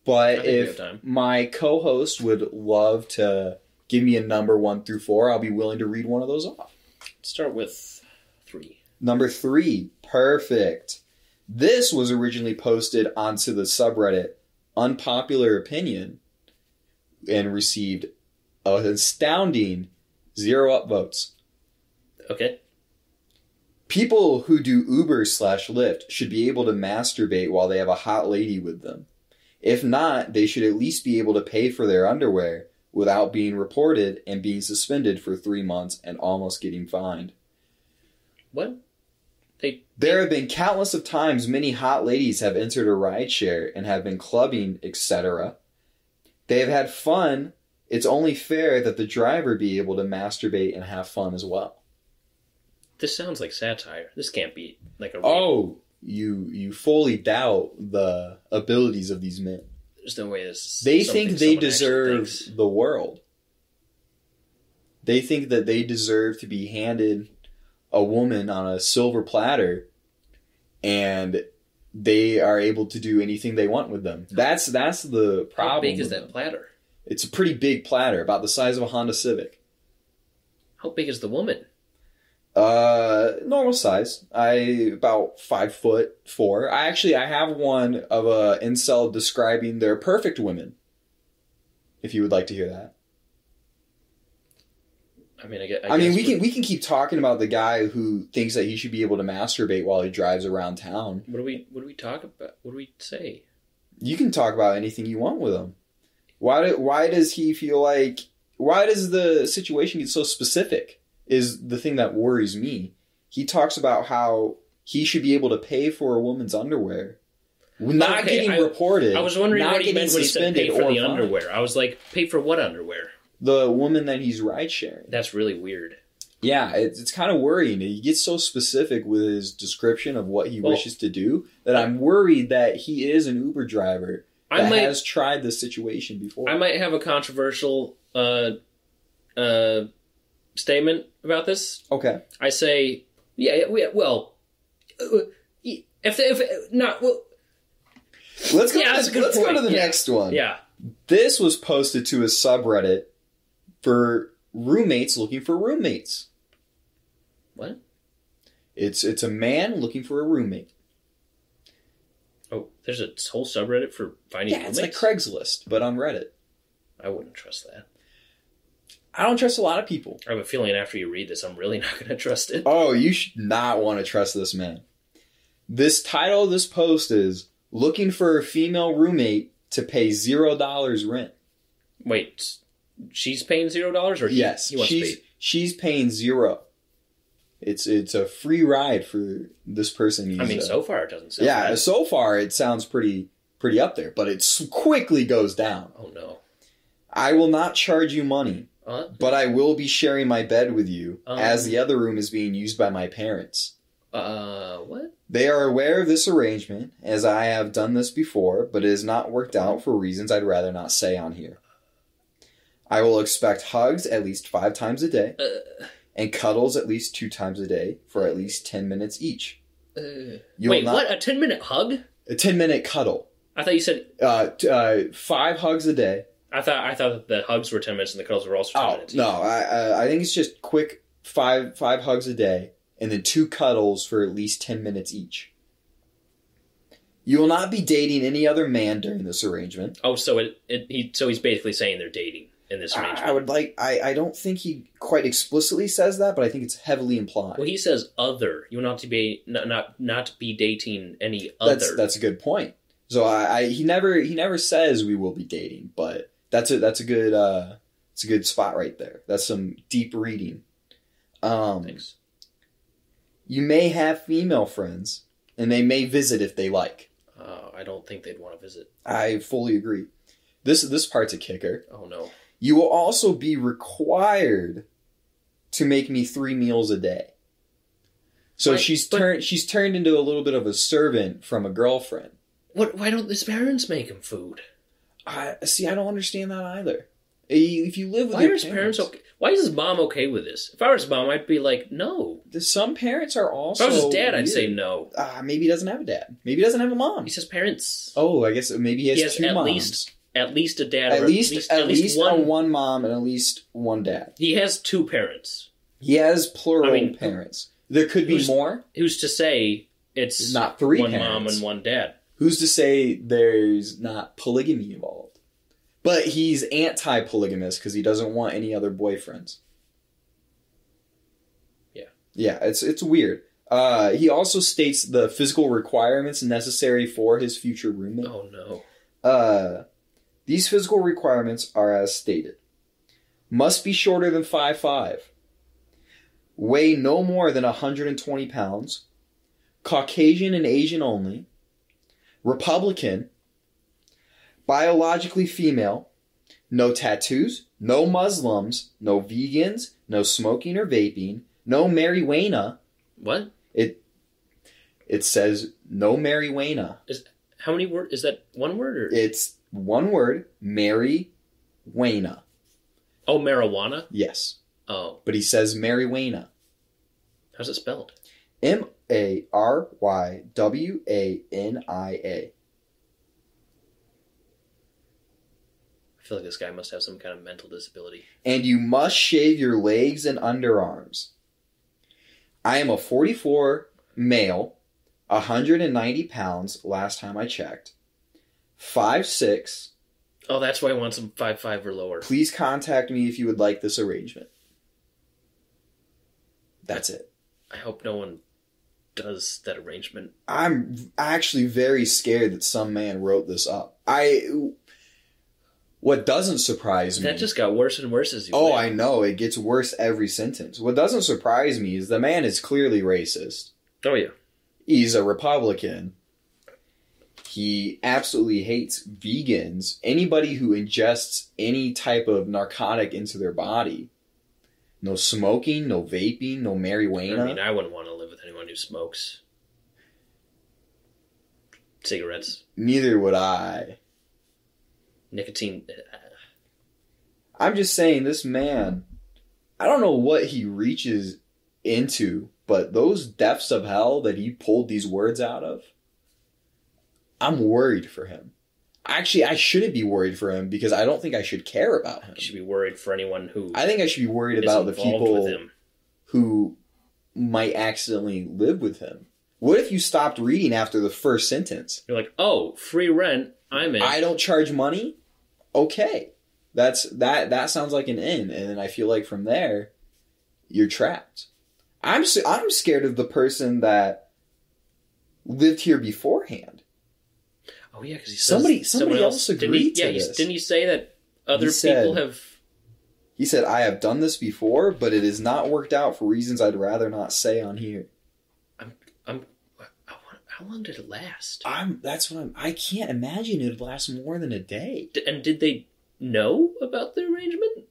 [SPEAKER 2] But
[SPEAKER 1] think we have
[SPEAKER 2] if
[SPEAKER 1] time.
[SPEAKER 2] my co host would love to give me a number one through four, I'll be willing to read one of those off.
[SPEAKER 1] Let's start with three.
[SPEAKER 2] Number three, perfect. This was originally posted onto the subreddit Unpopular Opinion and received an astounding zero upvotes.
[SPEAKER 1] Okay.
[SPEAKER 2] People who do Uber slash Lyft should be able to masturbate while they have a hot lady with them. If not, they should at least be able to pay for their underwear without being reported and being suspended for three months and almost getting fined.
[SPEAKER 1] What?
[SPEAKER 2] There have been countless of times many hot ladies have entered a rideshare and have been clubbing, etc. They have had fun. It's only fair that the driver be able to masturbate and have fun as well.
[SPEAKER 1] This sounds like satire. This can't be like a. real-
[SPEAKER 2] Oh, you you fully doubt the abilities of these men.
[SPEAKER 1] There's no way this. is
[SPEAKER 2] They
[SPEAKER 1] something
[SPEAKER 2] think they
[SPEAKER 1] someone actually
[SPEAKER 2] deserve
[SPEAKER 1] thinks.
[SPEAKER 2] the world. They think that they deserve to be handed a woman on a silver platter and they are able to do anything they want with them. That's that's the problem.
[SPEAKER 1] How big is
[SPEAKER 2] with
[SPEAKER 1] that
[SPEAKER 2] them.
[SPEAKER 1] platter?
[SPEAKER 2] It's a pretty big platter, about the size of a Honda Civic.
[SPEAKER 1] How big is the woman?
[SPEAKER 2] Uh normal size. I about five foot four. I actually I have one of a incel describing their perfect women. If you would like to hear that.
[SPEAKER 1] I mean, I guess.
[SPEAKER 2] I, mean, we can we can keep talking about the guy who thinks that he should be able to masturbate while he drives around town.
[SPEAKER 1] What do we? What do we talk about? What do we say?
[SPEAKER 2] You can talk about anything you want with him. Why do, why does he feel like why does the situation get so specific? Is the thing that worries me. He talks about how he should be able to pay for a woman's underwear, not
[SPEAKER 1] Okay,
[SPEAKER 2] getting
[SPEAKER 1] I-
[SPEAKER 2] reported.
[SPEAKER 1] I was wondering
[SPEAKER 2] not
[SPEAKER 1] what he
[SPEAKER 2] getting
[SPEAKER 1] meant when he said pay
[SPEAKER 2] suspended
[SPEAKER 1] for
[SPEAKER 2] or
[SPEAKER 1] the
[SPEAKER 2] fined.
[SPEAKER 1] underwear. I was like, pay for what underwear?
[SPEAKER 2] The woman that he's ride sharing.
[SPEAKER 1] That's really weird.
[SPEAKER 2] Yeah, it's, it's kind of worrying. He gets so specific with his description of what he
[SPEAKER 1] Well-
[SPEAKER 2] wishes to do that I'm worried that he is an Uber driver that
[SPEAKER 1] I might.
[SPEAKER 2] has tried this situation before.
[SPEAKER 1] I might have a controversial uh, uh, statement about this.
[SPEAKER 2] okay.
[SPEAKER 1] I say, yeah, yeah well, uh, if if not, well,
[SPEAKER 2] Let's go,
[SPEAKER 1] Yeah, that's a good
[SPEAKER 2] let's go
[SPEAKER 1] point.
[SPEAKER 2] to the
[SPEAKER 1] Yeah.
[SPEAKER 2] next one.
[SPEAKER 1] yeah.
[SPEAKER 2] This was posted to a subreddit for roommates looking for roommates.
[SPEAKER 1] What?
[SPEAKER 2] It's it's a man looking for a roommate.
[SPEAKER 1] Oh, there's a whole subreddit for finding
[SPEAKER 2] Yeah, it's like
[SPEAKER 1] roommates?
[SPEAKER 2] Craigslist, but on Reddit.
[SPEAKER 1] I wouldn't trust that.
[SPEAKER 2] I don't trust a lot of people.
[SPEAKER 1] I have a feeling after you read this, I'm really not going to trust it.
[SPEAKER 2] Oh, you should not want to trust this man. This title of this post is Looking for a Female Roommate to Pay Zero Dollars Rent.
[SPEAKER 1] Wait, she's paying zero dollars, or he,
[SPEAKER 2] yes,
[SPEAKER 1] he wants to
[SPEAKER 2] she's
[SPEAKER 1] pay.
[SPEAKER 2] she's paying zero. It's it's a free ride for this person.
[SPEAKER 1] I
[SPEAKER 2] He's,
[SPEAKER 1] mean,
[SPEAKER 2] uh,
[SPEAKER 1] so far it doesn't sound.
[SPEAKER 2] yeah.
[SPEAKER 1] bad.
[SPEAKER 2] So far, it sounds pretty pretty up there, but it s- quickly goes down.
[SPEAKER 1] Oh no.
[SPEAKER 2] I will not charge you money,
[SPEAKER 1] Uh,
[SPEAKER 2] but I will be sharing my bed with you,
[SPEAKER 1] Um.
[SPEAKER 2] as the other room is being used by my parents.
[SPEAKER 1] uh, what?
[SPEAKER 2] They are aware of this arrangement, as I have done this before, but it has not worked out for reasons I'd rather not say on here. I will expect hugs at least five times a day,
[SPEAKER 1] Uh,
[SPEAKER 2] and cuddles at least two times a day for at least 10 minutes each.
[SPEAKER 1] uh.
[SPEAKER 2] You
[SPEAKER 1] Wait,
[SPEAKER 2] will not-
[SPEAKER 1] what? A ten minute hug?
[SPEAKER 2] A 10 minute cuddle.
[SPEAKER 1] I thought you said.
[SPEAKER 2] Uh, t- uh, five hugs a day.
[SPEAKER 1] I thought I thought that the hugs were ten minutes and the cuddles were also ten
[SPEAKER 2] Oh,
[SPEAKER 1] minutes.
[SPEAKER 2] no, I, I, I think it's just quick five, five hugs a day, and then two cuddles for at least 10 minutes each. You will not be dating any other man during this arrangement.
[SPEAKER 1] Oh, so it, it he so he's basically saying they're dating. in this
[SPEAKER 2] I,
[SPEAKER 1] arrangement.
[SPEAKER 2] I would like. I, I don't think he quite explicitly says that, but I think it's heavily implied.
[SPEAKER 1] Well, he says other. You will not to be not not, not be dating any other.
[SPEAKER 2] that's that's a good point. So I, I he never he never says we will be dating, but that's a that's a good uh it's a good spot right there. That's some deep reading. Um,
[SPEAKER 1] Thanks.
[SPEAKER 2] you may have female friends, and they may visit if they like.
[SPEAKER 1] Uh, I don't think they'd want to visit.
[SPEAKER 2] I fully agree. This this part's a kicker.
[SPEAKER 1] Oh no.
[SPEAKER 2] You will also be required to make me three meals a day. So
[SPEAKER 1] Right,
[SPEAKER 2] she's
[SPEAKER 1] but-
[SPEAKER 2] turned she's turned into a little bit of a servant from a girlfriend.
[SPEAKER 1] What? Why don't his parents make him food?
[SPEAKER 2] I see. I don't understand that either. If you live with
[SPEAKER 1] Why are
[SPEAKER 2] your
[SPEAKER 1] his parents? okay? Why is his mom okay with this? If I was his mom, I'd be like, no.
[SPEAKER 2] some parents are
[SPEAKER 1] If
[SPEAKER 2] also.
[SPEAKER 1] I was his dad,
[SPEAKER 2] weird.
[SPEAKER 1] I'd say no.
[SPEAKER 2] Ah, maybe he doesn't have a dad. Maybe he doesn't have a mom.
[SPEAKER 1] He says parents.
[SPEAKER 2] Oh, I guess maybe he has,
[SPEAKER 1] He has
[SPEAKER 2] two
[SPEAKER 1] at
[SPEAKER 2] moms.
[SPEAKER 1] least- At least a dad.
[SPEAKER 2] at,
[SPEAKER 1] or
[SPEAKER 2] least, at least,
[SPEAKER 1] one.
[SPEAKER 2] one. one mom and at least one dad.
[SPEAKER 1] He has two parents.
[SPEAKER 2] He has plural
[SPEAKER 1] I mean,
[SPEAKER 2] parents. There could be
[SPEAKER 1] who's-
[SPEAKER 2] more.
[SPEAKER 1] Who's to say it's
[SPEAKER 2] Not three
[SPEAKER 1] one
[SPEAKER 2] parents.
[SPEAKER 1] mom and one dad?
[SPEAKER 2] Who's to say there's not polygamy involved? But he's anti-polygamous because he doesn't want any other boyfriends.
[SPEAKER 1] Yeah.
[SPEAKER 2] yeah, it's it's weird. Uh, he also states the physical requirements necessary for his future roommate.
[SPEAKER 1] Oh no.
[SPEAKER 2] Uh, these physical requirements are as stated: must be shorter than five five, weigh no more than 120 pounds, Caucasian and Asian only, Republican, biologically female, no tattoos, no Muslims, no vegans, no smoking or vaping, no marijuana.
[SPEAKER 1] What?
[SPEAKER 2] It says no marijuana.
[SPEAKER 1] How many word? Is that one word or?
[SPEAKER 2] It's one word, marijuana.
[SPEAKER 1] Oh, marijuana.
[SPEAKER 2] Yes.
[SPEAKER 1] Oh,
[SPEAKER 2] but he says marijuana.
[SPEAKER 1] how's it spelled?
[SPEAKER 2] M A R Y W A N I A.
[SPEAKER 1] I feel like this guy must have some kind of mental disability.
[SPEAKER 2] And you must shave your legs and underarms. I am a 44 male, 190 pounds last time I checked. 5'6.
[SPEAKER 1] Oh, that's why I want some five five or lower.
[SPEAKER 2] Please contact me if you would like this arrangement. That's it.
[SPEAKER 1] I hope no one does that arrangement.
[SPEAKER 2] I'm actually very scared that some man wrote this up. I. What doesn't surprise me.
[SPEAKER 1] That just got worse and worse as you.
[SPEAKER 2] Hmm. Oh, I
[SPEAKER 1] went.
[SPEAKER 2] know. It gets worse every sentence. What doesn't surprise me is the man is clearly racist.
[SPEAKER 1] Oh yeah.
[SPEAKER 2] He's a Republican. He absolutely hates vegans, anybody who ingests any type of narcotic into their body. No smoking, no vaping, no marijuana.
[SPEAKER 1] I mean, I wouldn't want to live with anyone who smokes cigarettes,
[SPEAKER 2] Neither would I.
[SPEAKER 1] nicotine. uh,
[SPEAKER 2] I'm just saying, this man, I don't know what he reaches into, but those depths of hell that he pulled these words out of, I'm worried for him. Actually, I shouldn't be worried for him because I don't think I should care about him.
[SPEAKER 1] You should be worried for anyone who
[SPEAKER 2] I think I should be worried
[SPEAKER 1] is
[SPEAKER 2] about the
[SPEAKER 1] involved with
[SPEAKER 2] people
[SPEAKER 1] him.
[SPEAKER 2] who might accidentally live with him. What if you stopped reading after the first sentence?
[SPEAKER 1] You're like, oh, free rent. I'm in.
[SPEAKER 2] I don't charge money. Okay, that's that. That sounds like an in, and then I feel like from there, you're trapped. I'm s- I'm scared of the person that lived here beforehand.
[SPEAKER 1] oh yeah, because
[SPEAKER 2] Somebody- somebody else
[SPEAKER 1] didn't he,
[SPEAKER 2] agreed to
[SPEAKER 1] yeah, he-
[SPEAKER 2] this.
[SPEAKER 1] didn't he say that other
[SPEAKER 2] said-
[SPEAKER 1] people have?
[SPEAKER 2] He said, "I have done this before, but it has not worked out for reasons I'd rather not say on here."
[SPEAKER 1] I want, how long did it last?
[SPEAKER 2] I'm. That's what I'm. I can't imagine it'd last more than a day.
[SPEAKER 1] D- and did they know about the arrangement?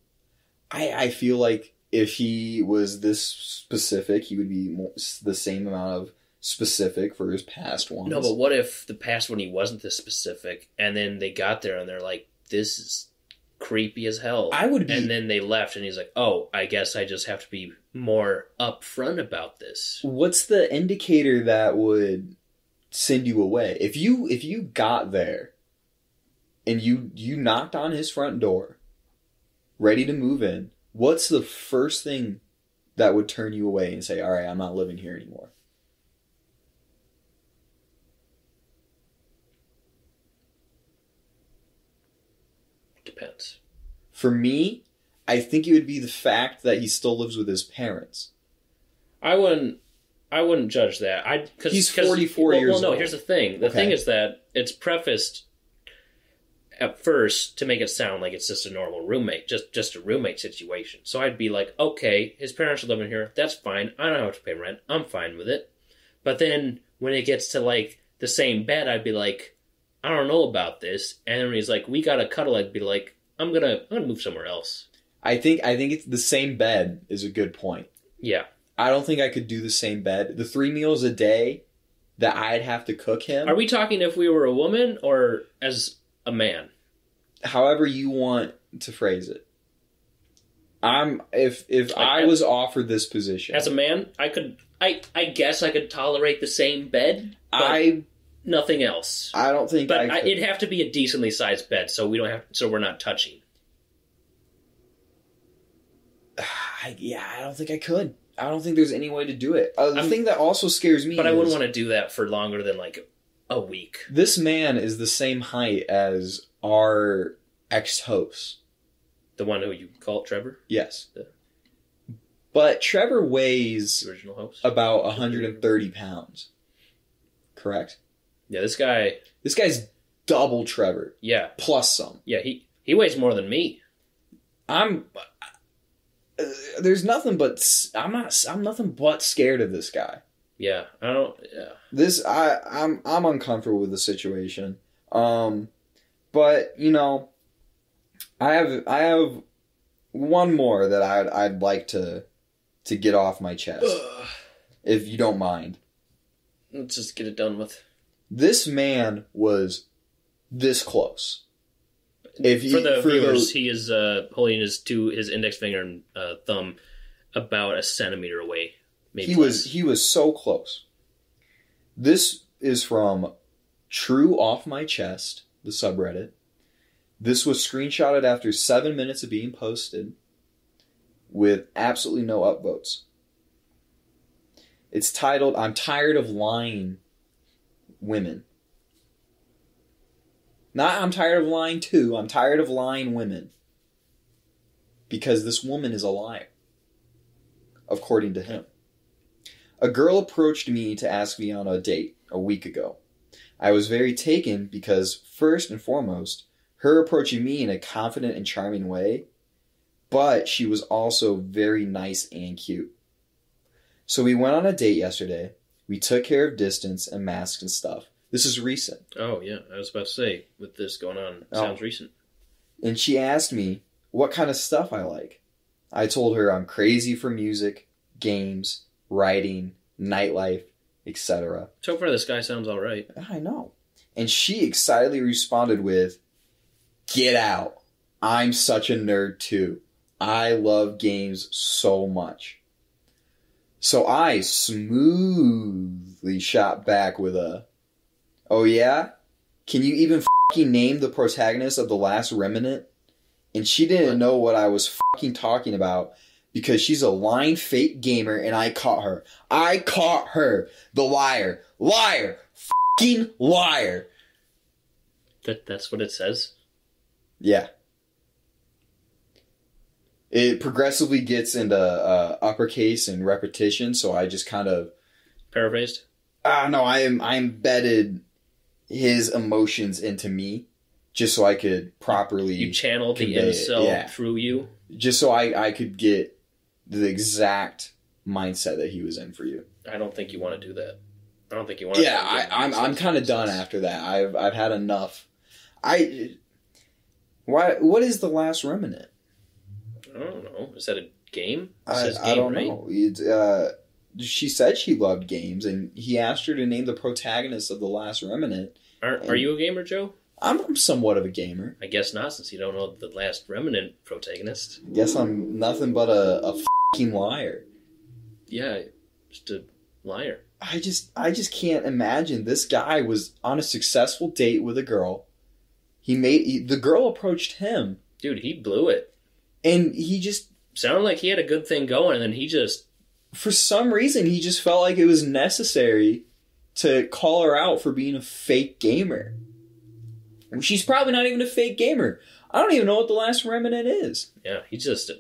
[SPEAKER 2] I I feel like if he was this specific, he would be mo- s- the same amount of specific for his past ones.
[SPEAKER 1] No, but what if the past one he wasn't this specific, and then they got there and they're like, "This is creepy as hell."
[SPEAKER 2] I would be.
[SPEAKER 1] and then they left, and he's like, "Oh, I guess I just have to be more upfront about this."
[SPEAKER 2] what's the indicator that would send you away? If you if you got there and you you knocked on his front door, ready to move in, what's the first thing that would turn you away and say, "All right, I'm not living here anymore"?
[SPEAKER 1] Depends.
[SPEAKER 2] For me, I think it would be the fact that he still lives with his parents.
[SPEAKER 1] I wouldn't. I wouldn't judge that. I cause,
[SPEAKER 2] He's
[SPEAKER 1] cause-
[SPEAKER 2] 44
[SPEAKER 1] well,
[SPEAKER 2] years
[SPEAKER 1] Well, no.
[SPEAKER 2] old.
[SPEAKER 1] Here's the thing. The
[SPEAKER 2] Okay.
[SPEAKER 1] thing is that it's prefaced at first to make it sound like it's just a normal roommate, just just a roommate situation. So I'd be like, okay, his parents are living here. That's fine. I don't have to pay rent. I'm fine with it. But then when it gets to like the same bed, I'd be like, I don't know about this. And then when he's like, we got to cuddle. I'd be like, I'm gonna I'm gonna move somewhere else.
[SPEAKER 2] I think I think it's the same bed is a good point.
[SPEAKER 1] Yeah.
[SPEAKER 2] I don't think I could do the same bed. The three meals a day that I'd have to cook him.
[SPEAKER 1] Are we talking if we were a woman or as a man?
[SPEAKER 2] however you want to phrase it. I'm if if
[SPEAKER 1] Like,
[SPEAKER 2] I
[SPEAKER 1] as-
[SPEAKER 2] was offered this position,
[SPEAKER 1] As a man, I could, I, I guess I could tolerate the same bed, but
[SPEAKER 2] I
[SPEAKER 1] nothing else.
[SPEAKER 2] I don't think
[SPEAKER 1] But
[SPEAKER 2] I
[SPEAKER 1] I,
[SPEAKER 2] could.
[SPEAKER 1] it'd have to be a decently sized bed, so we don't have, so we're not touching.
[SPEAKER 2] I, yeah, I don't think I could. I don't think there's any way to do it. Uh, the
[SPEAKER 1] I'm-
[SPEAKER 2] thing that also scares me.
[SPEAKER 1] But I
[SPEAKER 2] is
[SPEAKER 1] wouldn't want to do that for longer than like a week.
[SPEAKER 2] This man is the same height as our ex-host.
[SPEAKER 1] The one who you call Trevor,
[SPEAKER 2] Yes,
[SPEAKER 1] Yeah.
[SPEAKER 2] but Trevor
[SPEAKER 1] the
[SPEAKER 2] weighs
[SPEAKER 1] original host.
[SPEAKER 2] about 130 pounds. Correct.
[SPEAKER 1] yeah, this guy.
[SPEAKER 2] This guy's double Trevor
[SPEAKER 1] Yeah,
[SPEAKER 2] plus some.
[SPEAKER 1] yeah, he he weighs more than me.
[SPEAKER 2] I'm. Uh, there's nothing but s- I'm not. I'm nothing but scared of this guy.
[SPEAKER 1] Yeah, I don't. Yeah,
[SPEAKER 2] This I I'm I'm uncomfortable with the situation. Um, but you know, I have I have one more that I'd I'd like to to get off my chest
[SPEAKER 1] Ugh.
[SPEAKER 2] if you don't mind.
[SPEAKER 1] let's just get it done with.
[SPEAKER 2] This man was this close. If you,
[SPEAKER 1] for the viewers,
[SPEAKER 2] those-
[SPEAKER 1] he is uh, holding his two his index finger and uh, thumb about a centimeter away. Maybe
[SPEAKER 2] he
[SPEAKER 1] less.
[SPEAKER 2] was he was so close. This is from True Off My Chest, the subreddit. This was screenshotted after seven minutes of being posted with absolutely no upvotes. It's titled I'm Tired of Lying Women. Not I'm tired of lying to, I'm tired of lying women. Because this woman is a liar, according to him. A girl approached me to ask me on a date a week ago. I was very taken because, first and foremost, her approaching me in a confident and charming way, but she was also very nice and cute. So we went on a date yesterday. We took care of distance and masks and stuff. This is recent.
[SPEAKER 1] Oh yeah, I was about to say with this going on, it
[SPEAKER 2] Oh.
[SPEAKER 1] sounds recent.
[SPEAKER 2] and she asked me what kind of stuff I like. I told her I'm crazy for music, games, writing, nightlife, etc.
[SPEAKER 1] So far, this guy sounds all right.
[SPEAKER 2] I know. And she excitedly responded with, Get out. I'm such a nerd too. I love games so much. So I smoothly shot back with a, Oh yeah? Can you even fing name the protagonist of The Last Remnant? And she didn't know what I was fing talking about because she's a lying fake gamer and I caught her. I caught her. The liar. Liar fucking liar.
[SPEAKER 1] That that's what it says.
[SPEAKER 2] Yeah. It progressively gets into uh, uppercase and repetition, so I just kind of
[SPEAKER 1] Paraphrased.
[SPEAKER 2] ah no, I am I embedded his emotions into me just so I could properly
[SPEAKER 1] You channel the
[SPEAKER 2] convey it,
[SPEAKER 1] incel
[SPEAKER 2] yeah.
[SPEAKER 1] through you.
[SPEAKER 2] just so I I could get the exact mindset that he was in for you.
[SPEAKER 1] I don't think you want to do that. I don't think you want.
[SPEAKER 2] yeah, I, I'm I'm kind of done after that. I've I've had enough. I why what is the last remnant?
[SPEAKER 1] I don't know. Is that a game? It
[SPEAKER 2] I,
[SPEAKER 1] says
[SPEAKER 2] I don't
[SPEAKER 1] right?
[SPEAKER 2] know. It's, uh, she said she loved games, and he asked her to name the protagonist of The Last Remnant.
[SPEAKER 1] Are are you a gamer, Joe?
[SPEAKER 2] I'm, I'm somewhat of a gamer.
[SPEAKER 1] I guess not, since you don't know the last remnant protagonist.
[SPEAKER 2] I guess I'm nothing but a, a fing liar.
[SPEAKER 1] Yeah, just a liar.
[SPEAKER 2] I just I just can't imagine this guy was on a successful date with a girl. He made he, the girl approached him,
[SPEAKER 1] Dude, he blew it.
[SPEAKER 2] and he just
[SPEAKER 1] Sounded like he had a good thing going, and then he just
[SPEAKER 2] for some reason he just felt like it was necessary to call her out for being a fake gamer. She's probably not even a fake gamer. I don't even know what the last remnant is.
[SPEAKER 1] Yeah, he's just a,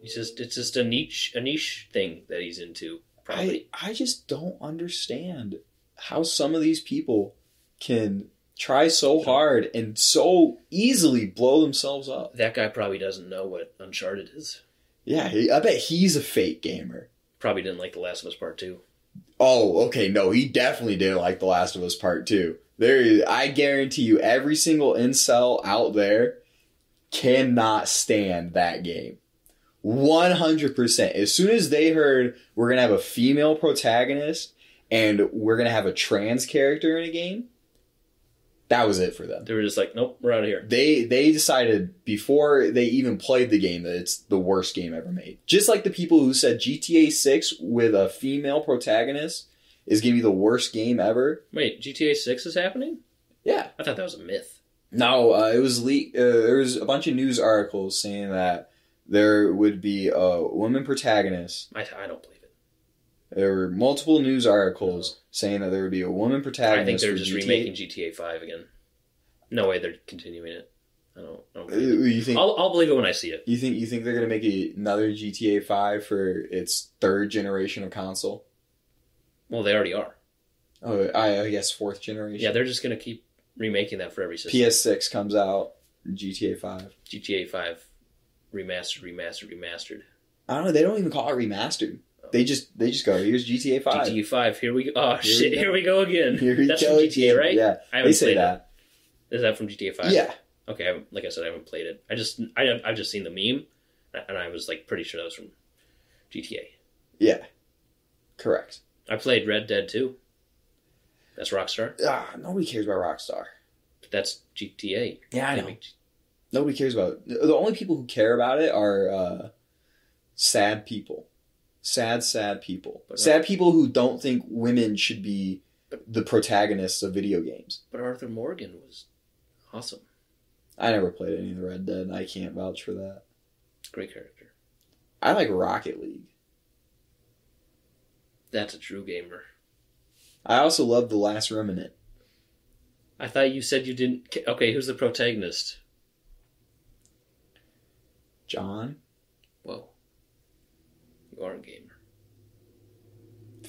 [SPEAKER 1] he's just it's just a niche a niche thing that he's into. Probably.
[SPEAKER 2] I I just don't understand how some of these people can try so hard and so easily blow themselves up.
[SPEAKER 1] that guy probably doesn't know what Uncharted is.
[SPEAKER 2] Yeah, he, I bet he's a fake gamer.
[SPEAKER 1] Probably didn't like The Last of Us Part Two.
[SPEAKER 2] Oh, okay, no, he definitely did like The Last of Us Part 2. There I guarantee you every single incel out there cannot stand that game. 100%. As soon as they heard we're going to have a female protagonist and we're going to have a trans character in a game, that was it for them.
[SPEAKER 1] They were just like, nope, we're out of here.
[SPEAKER 2] They they decided before they even played the game that it's the worst game ever made. Just like the people who said GTA 6 with a female protagonist is going to be the worst game ever.
[SPEAKER 1] Wait, GTA Six is happening?
[SPEAKER 2] Yeah.
[SPEAKER 1] I thought that was a myth.
[SPEAKER 2] No, uh, it was leak. Uh, there was a bunch of news articles saying that there would be a woman protagonist.
[SPEAKER 1] I, I don't believe it.
[SPEAKER 2] There were multiple news articles saying that there would be a woman
[SPEAKER 1] I
[SPEAKER 2] protagonist.
[SPEAKER 1] think they're
[SPEAKER 2] for
[SPEAKER 1] just
[SPEAKER 2] GTA.
[SPEAKER 1] remaking GTA Five again. No way, they're continuing it. I don't. I don't
[SPEAKER 2] Uh,
[SPEAKER 1] believe it.
[SPEAKER 2] You think
[SPEAKER 1] I'll, I'll believe it when I see it.
[SPEAKER 2] you think you think they're gonna make another GTA Five for its third generation of console?
[SPEAKER 1] Well, they already are.
[SPEAKER 2] Oh, I, I guess fourth
[SPEAKER 1] Yeah,
[SPEAKER 2] generation.
[SPEAKER 1] they're just gonna keep remaking that for every system.
[SPEAKER 2] PS6 comes out, GTA 5.
[SPEAKER 1] GTA Five remastered, remastered, remastered.
[SPEAKER 2] I don't know. They don't even call it remastered. They just they just go here's GTA 5.
[SPEAKER 1] GTA Five. Here we go. Oh
[SPEAKER 2] Here we
[SPEAKER 1] shit!
[SPEAKER 2] go.
[SPEAKER 1] Here we go again.
[SPEAKER 2] Here we
[SPEAKER 1] That's
[SPEAKER 2] go
[SPEAKER 1] from GTA,
[SPEAKER 2] again.
[SPEAKER 1] right?
[SPEAKER 2] Yeah,
[SPEAKER 1] I haven't
[SPEAKER 2] they say
[SPEAKER 1] played
[SPEAKER 2] that.
[SPEAKER 1] It. Is that from GTA Five?
[SPEAKER 2] Yeah,
[SPEAKER 1] Okay. I, haven't- like I said, I haven't played it. I just I I've just seen the meme, and I was like pretty sure that was from GTA.
[SPEAKER 2] yeah, correct.
[SPEAKER 1] I played Red Dead Two. That's Rockstar.
[SPEAKER 2] Ah, nobody cares about Rockstar.
[SPEAKER 1] That's GTA.
[SPEAKER 2] Yeah,
[SPEAKER 1] They make-
[SPEAKER 2] Nobody cares about the only people who care about it are uh, sad people, sad sad people,
[SPEAKER 1] But-
[SPEAKER 2] sad people who don't think women should be the protagonists of video games.
[SPEAKER 1] But Arthur Morgan was awesome.
[SPEAKER 2] I never played any of the Red Dead. I can't vouch for that.
[SPEAKER 1] Great character.
[SPEAKER 2] I like Rocket League.
[SPEAKER 1] That's a true gamer.
[SPEAKER 2] I also love The Last Remnant.
[SPEAKER 1] I thought you said you didn't. Okay, who's the protagonist?
[SPEAKER 2] John,
[SPEAKER 1] Whoa. You are a gamer.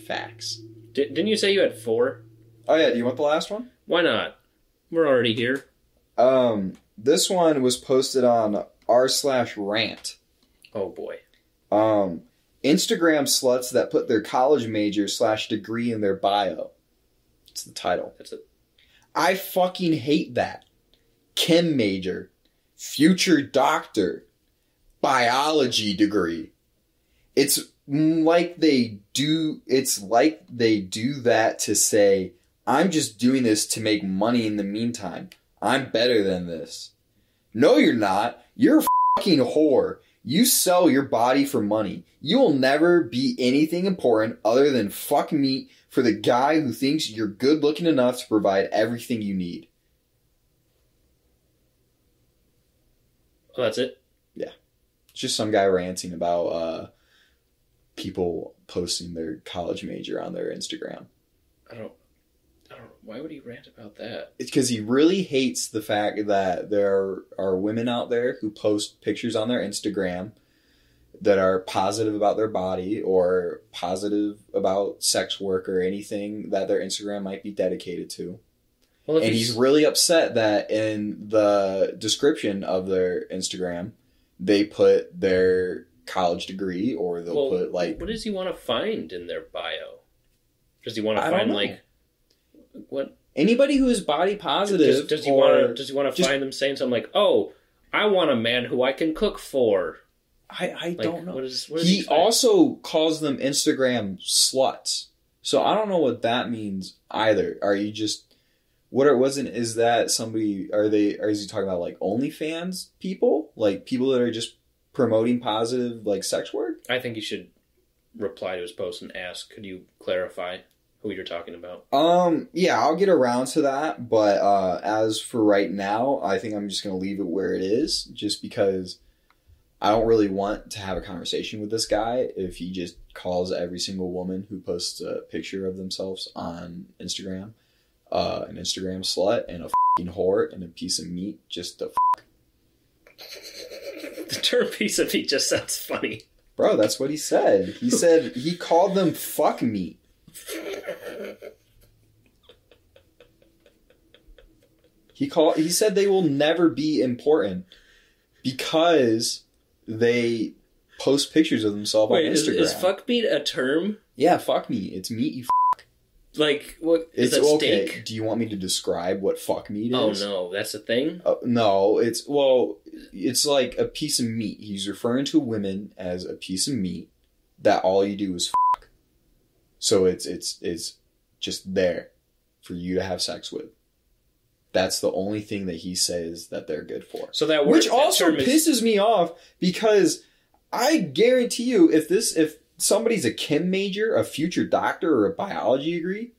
[SPEAKER 2] facts.
[SPEAKER 1] Di- didn't you say you had four?
[SPEAKER 2] Oh yeah, do you want the last one?
[SPEAKER 1] Why not? We're already here.
[SPEAKER 2] Um, this one was posted on r slash rant.
[SPEAKER 1] Oh boy.
[SPEAKER 2] Um, Instagram sluts that put their college major slash degree in their bio. It's the title.
[SPEAKER 1] That's a
[SPEAKER 2] I fucking hate that. Chem major, future doctor, biology degree. It's like they do it's like they do that to say I'm just doing this to make money in the meantime. I'm better than this. No you're not. You're a fucking whore. You sell your body for money. You will never be anything important other than fuck meat for the guy who thinks you're good looking enough to provide everything you need.
[SPEAKER 1] Oh, that's it.
[SPEAKER 2] It's just some guy ranting about uh, people posting their college major on their Instagram.
[SPEAKER 1] I don't. I don't. Why would he rant about that?
[SPEAKER 2] It's because he really hates the fact that there are women out there who post pictures on their Instagram that are positive about their body or positive about sex work or anything that their Instagram might be dedicated to.
[SPEAKER 1] Well, if
[SPEAKER 2] and
[SPEAKER 1] he's,
[SPEAKER 2] he's really upset that in the description of their Instagram, they put their college degree or they'll
[SPEAKER 1] well,
[SPEAKER 2] put like
[SPEAKER 1] what does he want to find in their bio? Does he want to
[SPEAKER 2] I don't
[SPEAKER 1] find
[SPEAKER 2] know.
[SPEAKER 1] like what?
[SPEAKER 2] anybody who is body
[SPEAKER 1] Does,
[SPEAKER 2] positive.
[SPEAKER 1] does he
[SPEAKER 2] or-
[SPEAKER 1] want to? Does he want to
[SPEAKER 2] just-
[SPEAKER 1] find them saying something like, "Oh, I want a man who I can cook for"?
[SPEAKER 2] I, I
[SPEAKER 1] Like,
[SPEAKER 2] don't know.
[SPEAKER 1] What is? What is
[SPEAKER 2] He
[SPEAKER 1] find?
[SPEAKER 2] also calls them Instagram sluts. So I don't know what that means either. Are you just what it wasn't is that somebody are they are is he talking about like OnlyFans people? Like people that are just promoting positive like sex work?
[SPEAKER 1] I think you should reply to his post and ask, "Could you clarify who you're talking about?"
[SPEAKER 2] Um, yeah, I'll get around to that, but uh, as for right now, I think I'm just gonna leave it where it is, just because I don't really want to have a conversation with this guy if he just calls every single woman who posts a picture of themselves on Instagram, uh, an Instagram slut and a fing whore and a piece of meat, just a f-
[SPEAKER 1] The term piece of meat just sounds funny.
[SPEAKER 2] Bro, that's what he said. He said he called them fuck meat. He called he said they will never be important because they post pictures of themselves
[SPEAKER 1] Wait,
[SPEAKER 2] on
[SPEAKER 1] is,
[SPEAKER 2] Instagram.
[SPEAKER 1] is fuck meat a term?
[SPEAKER 2] yeah, fuck meat. It's meat you f-
[SPEAKER 1] Like what is
[SPEAKER 2] It's
[SPEAKER 1] that
[SPEAKER 2] okay.
[SPEAKER 1] steak?
[SPEAKER 2] Do you want me to describe what fuck meat
[SPEAKER 1] Oh
[SPEAKER 2] is?
[SPEAKER 1] no, that's a thing.
[SPEAKER 2] Uh, no, it's well, it's like a piece of meat. He's referring to women as a piece of meat that all you do is fuck. So it's it's it's just there for you to have sex with. That's the only thing that he says that they're good for.
[SPEAKER 1] So that word,
[SPEAKER 2] Which
[SPEAKER 1] that
[SPEAKER 2] also
[SPEAKER 1] term is-
[SPEAKER 2] pisses me off because I guarantee you, if this if somebody's a chem major, a future doctor, or a biology degree,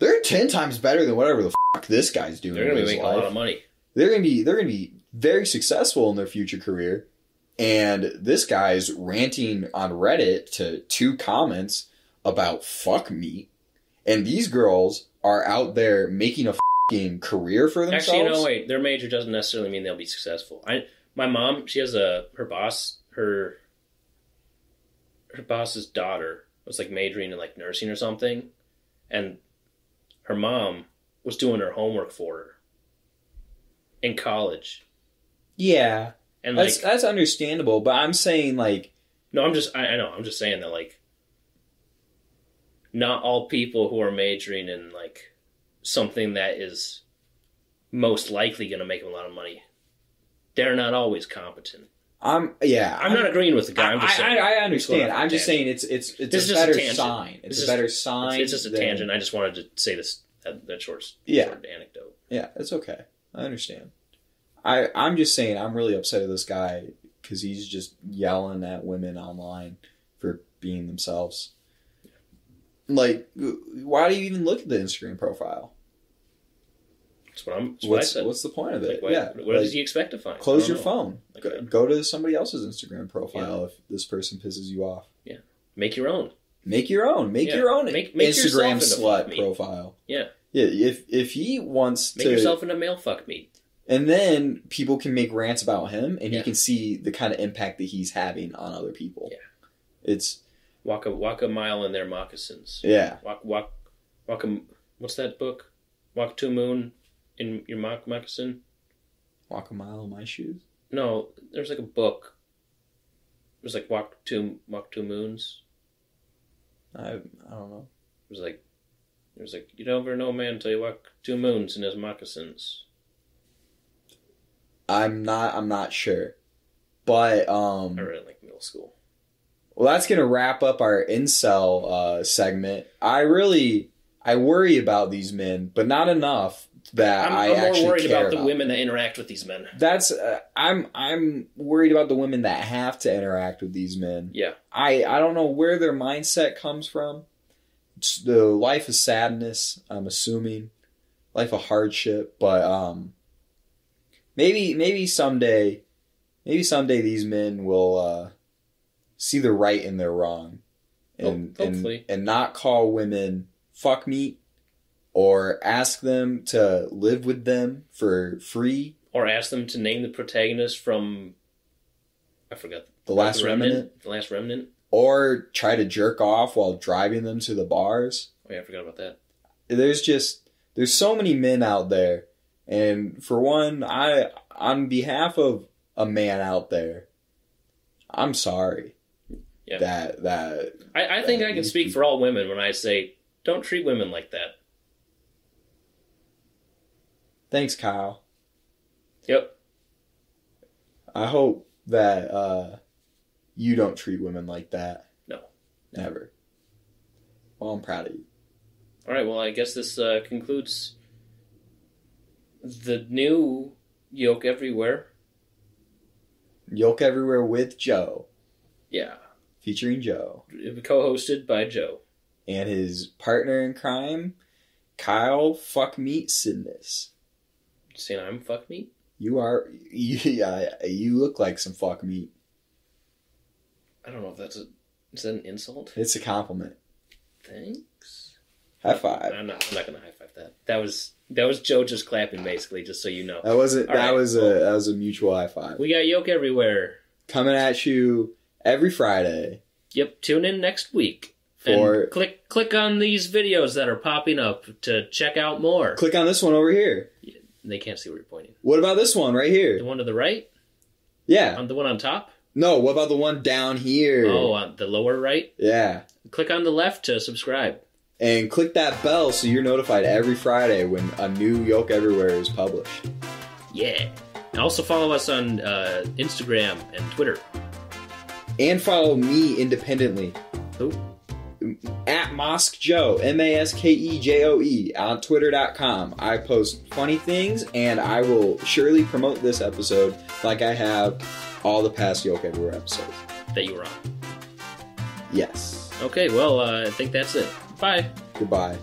[SPEAKER 2] they're ten times better than whatever the fuck this guy's doing.
[SPEAKER 1] they're gonna
[SPEAKER 2] in
[SPEAKER 1] be
[SPEAKER 2] his
[SPEAKER 1] making
[SPEAKER 2] life
[SPEAKER 1] a lot of money.
[SPEAKER 2] they're gonna be they're gonna be very successful in their future career. And this guy's ranting on Reddit to two comments about fuck meat, and these girls are out there making a fucking career for themselves.
[SPEAKER 1] Actually, no, wait. Their major doesn't necessarily mean they'll be successful. I, my mom, she has a her boss, her her boss's daughter was like majoring in like nursing or something, and her mom was doing her homework for her in college.
[SPEAKER 2] Yeah,
[SPEAKER 1] And like,
[SPEAKER 2] that's that's understandable, but I'm saying like,
[SPEAKER 1] no, I'm just, I, I know, I'm just saying that like, not all people who are majoring in like something that is most likely going to make them a lot of money, they're not always competent.
[SPEAKER 2] I'm yeah,
[SPEAKER 1] I'm not agreeing with the guy. I'm just
[SPEAKER 2] I,
[SPEAKER 1] saying.
[SPEAKER 2] I, I understand.
[SPEAKER 1] Going off
[SPEAKER 2] I'm just
[SPEAKER 1] tangent.
[SPEAKER 2] saying it's it's it's
[SPEAKER 1] This is
[SPEAKER 2] a
[SPEAKER 1] just a
[SPEAKER 2] better
[SPEAKER 1] tangent.
[SPEAKER 2] sign. It's
[SPEAKER 1] This
[SPEAKER 2] a
[SPEAKER 1] is-
[SPEAKER 2] better sign.
[SPEAKER 1] it's just a
[SPEAKER 2] than-
[SPEAKER 1] tangent. I just wanted to say this that, that short,
[SPEAKER 2] Yeah.
[SPEAKER 1] short anecdote.
[SPEAKER 2] Yeah, it's okay. I understand. I I'm just saying I'm really upset at this guy because he's just yelling at women online for being themselves. Like, why do you even look at the Instagram profile?
[SPEAKER 1] That's what I'm. That's what I
[SPEAKER 2] What's
[SPEAKER 1] said.
[SPEAKER 2] what's the point of
[SPEAKER 1] like,
[SPEAKER 2] it?
[SPEAKER 1] what,
[SPEAKER 2] yeah,
[SPEAKER 1] what
[SPEAKER 2] like,
[SPEAKER 1] does he expect to find? I
[SPEAKER 2] close
[SPEAKER 1] don't
[SPEAKER 2] your
[SPEAKER 1] know.
[SPEAKER 2] phone.
[SPEAKER 1] Like,
[SPEAKER 2] Go, go to somebody else's Instagram profile if this person pisses you off.
[SPEAKER 1] Make your own.
[SPEAKER 2] Make your own. Make
[SPEAKER 1] Yeah.
[SPEAKER 2] your own
[SPEAKER 1] Make- make yourself
[SPEAKER 2] Instagram
[SPEAKER 1] into
[SPEAKER 2] slut
[SPEAKER 1] me.
[SPEAKER 2] profile.
[SPEAKER 1] Yeah.
[SPEAKER 2] Yeah. If if he wants
[SPEAKER 1] Make
[SPEAKER 2] to
[SPEAKER 1] yourself into male fuck me.
[SPEAKER 2] And then people can make rants about him, and
[SPEAKER 1] Yeah.
[SPEAKER 2] you can see the kind of impact that he's having on other people.
[SPEAKER 1] Yeah.
[SPEAKER 2] It's
[SPEAKER 1] Walk a walk a mile in their moccasins.
[SPEAKER 2] yeah,
[SPEAKER 1] Walk walk walk a. What's that book? Walk to a moon in your mock moccasin.
[SPEAKER 2] walk a mile in my shoes.
[SPEAKER 1] No, there's like a book. It was like walk two walk two moons.
[SPEAKER 2] I I don't know.
[SPEAKER 1] It was like it was like you don't ever know a man until you walk two moons in his moccasins.
[SPEAKER 2] I'm not. I'm not sure. But um,
[SPEAKER 1] I read in like middle school.
[SPEAKER 2] well, that's gonna wrap up our incel uh, segment. I really I worry about these men, but not enough that
[SPEAKER 1] I'm,
[SPEAKER 2] i
[SPEAKER 1] I'm
[SPEAKER 2] actually
[SPEAKER 1] more worried
[SPEAKER 2] care
[SPEAKER 1] about, the
[SPEAKER 2] them.
[SPEAKER 1] women that interact with these men.
[SPEAKER 2] That's uh, I'm I'm worried about the women that have to interact with these men.
[SPEAKER 1] Yeah.
[SPEAKER 2] I I don't know where their mindset comes from. It's the life of sadness, I'm assuming, life of hardship, but um, maybe maybe someday, maybe someday these men will uh, see the right in their wrong, and
[SPEAKER 1] Ho-
[SPEAKER 2] and
[SPEAKER 1] hopefully.
[SPEAKER 2] and not call women fuck meat, or ask them to live with them for free.
[SPEAKER 1] Or ask them to name the protagonist from I forgot
[SPEAKER 2] The last remnant,
[SPEAKER 1] The last remnant.
[SPEAKER 2] or try to jerk off while driving them to the bars.
[SPEAKER 1] Oh yeah, I forgot about that.
[SPEAKER 2] there's just there's so many men out there and for one i on behalf of a man out there i'm sorry
[SPEAKER 1] Yeah.
[SPEAKER 2] that that
[SPEAKER 1] I, I think
[SPEAKER 2] That
[SPEAKER 1] I can
[SPEAKER 2] needs
[SPEAKER 1] speak
[SPEAKER 2] to-
[SPEAKER 1] for all women when I say don't treat women like that.
[SPEAKER 2] thanks kyle
[SPEAKER 1] Yep.
[SPEAKER 2] i hope that uh you don't treat women like that
[SPEAKER 1] No.
[SPEAKER 2] never well i'm proud of you
[SPEAKER 1] All right. Well, I guess this uh, concludes the new yoke everywhere.
[SPEAKER 2] yoke everywhere with joe
[SPEAKER 1] Yeah,
[SPEAKER 2] featuring joe
[SPEAKER 1] co-hosted by Joe.
[SPEAKER 2] and his partner in crime kyle fuck meat sidness
[SPEAKER 1] Saying I'm fuck me.
[SPEAKER 2] You are, yeah, you look like some fuck meat.
[SPEAKER 1] I don't know if that's a is that an insult.
[SPEAKER 2] It's a compliment.
[SPEAKER 1] Thanks.
[SPEAKER 2] High five.
[SPEAKER 1] I'm not. I'm not gonna high five that. That was That was Joe just clapping, basically, just so you know.
[SPEAKER 2] That wasn't.
[SPEAKER 1] All
[SPEAKER 2] that
[SPEAKER 1] right.
[SPEAKER 2] was a that was a mutual high five.
[SPEAKER 1] We got yoke everywhere.
[SPEAKER 2] Coming at you every Friday.
[SPEAKER 1] Yep. Tune in next week.
[SPEAKER 2] For-
[SPEAKER 1] and click click on these videos that are popping up to check out more.
[SPEAKER 2] Click on this one over here.
[SPEAKER 1] They can't see where you're pointing.
[SPEAKER 2] What about this one right
[SPEAKER 1] The
[SPEAKER 2] here?
[SPEAKER 1] one to the right,
[SPEAKER 2] Yeah.
[SPEAKER 1] on the one on top.
[SPEAKER 2] No. What about the one down here?
[SPEAKER 1] Oh, on the lower right.
[SPEAKER 2] Yeah.
[SPEAKER 1] Click on the left to subscribe.
[SPEAKER 2] And click that bell so you're notified every Friday when a new Yoke Everywhere is published.
[SPEAKER 1] Yeah. And also follow us on uh, Instagram and Twitter.
[SPEAKER 2] And follow me independently
[SPEAKER 1] Who?
[SPEAKER 2] at Mosque Joe, M A S K E J O E, on Twitter.com. I post funny things and I will surely promote this episode like I have all the past Yoke Everywhere episodes.
[SPEAKER 1] That you were on.
[SPEAKER 2] Yes.
[SPEAKER 1] Okay. Well, uh, I think that's it. Bye.
[SPEAKER 2] Goodbye.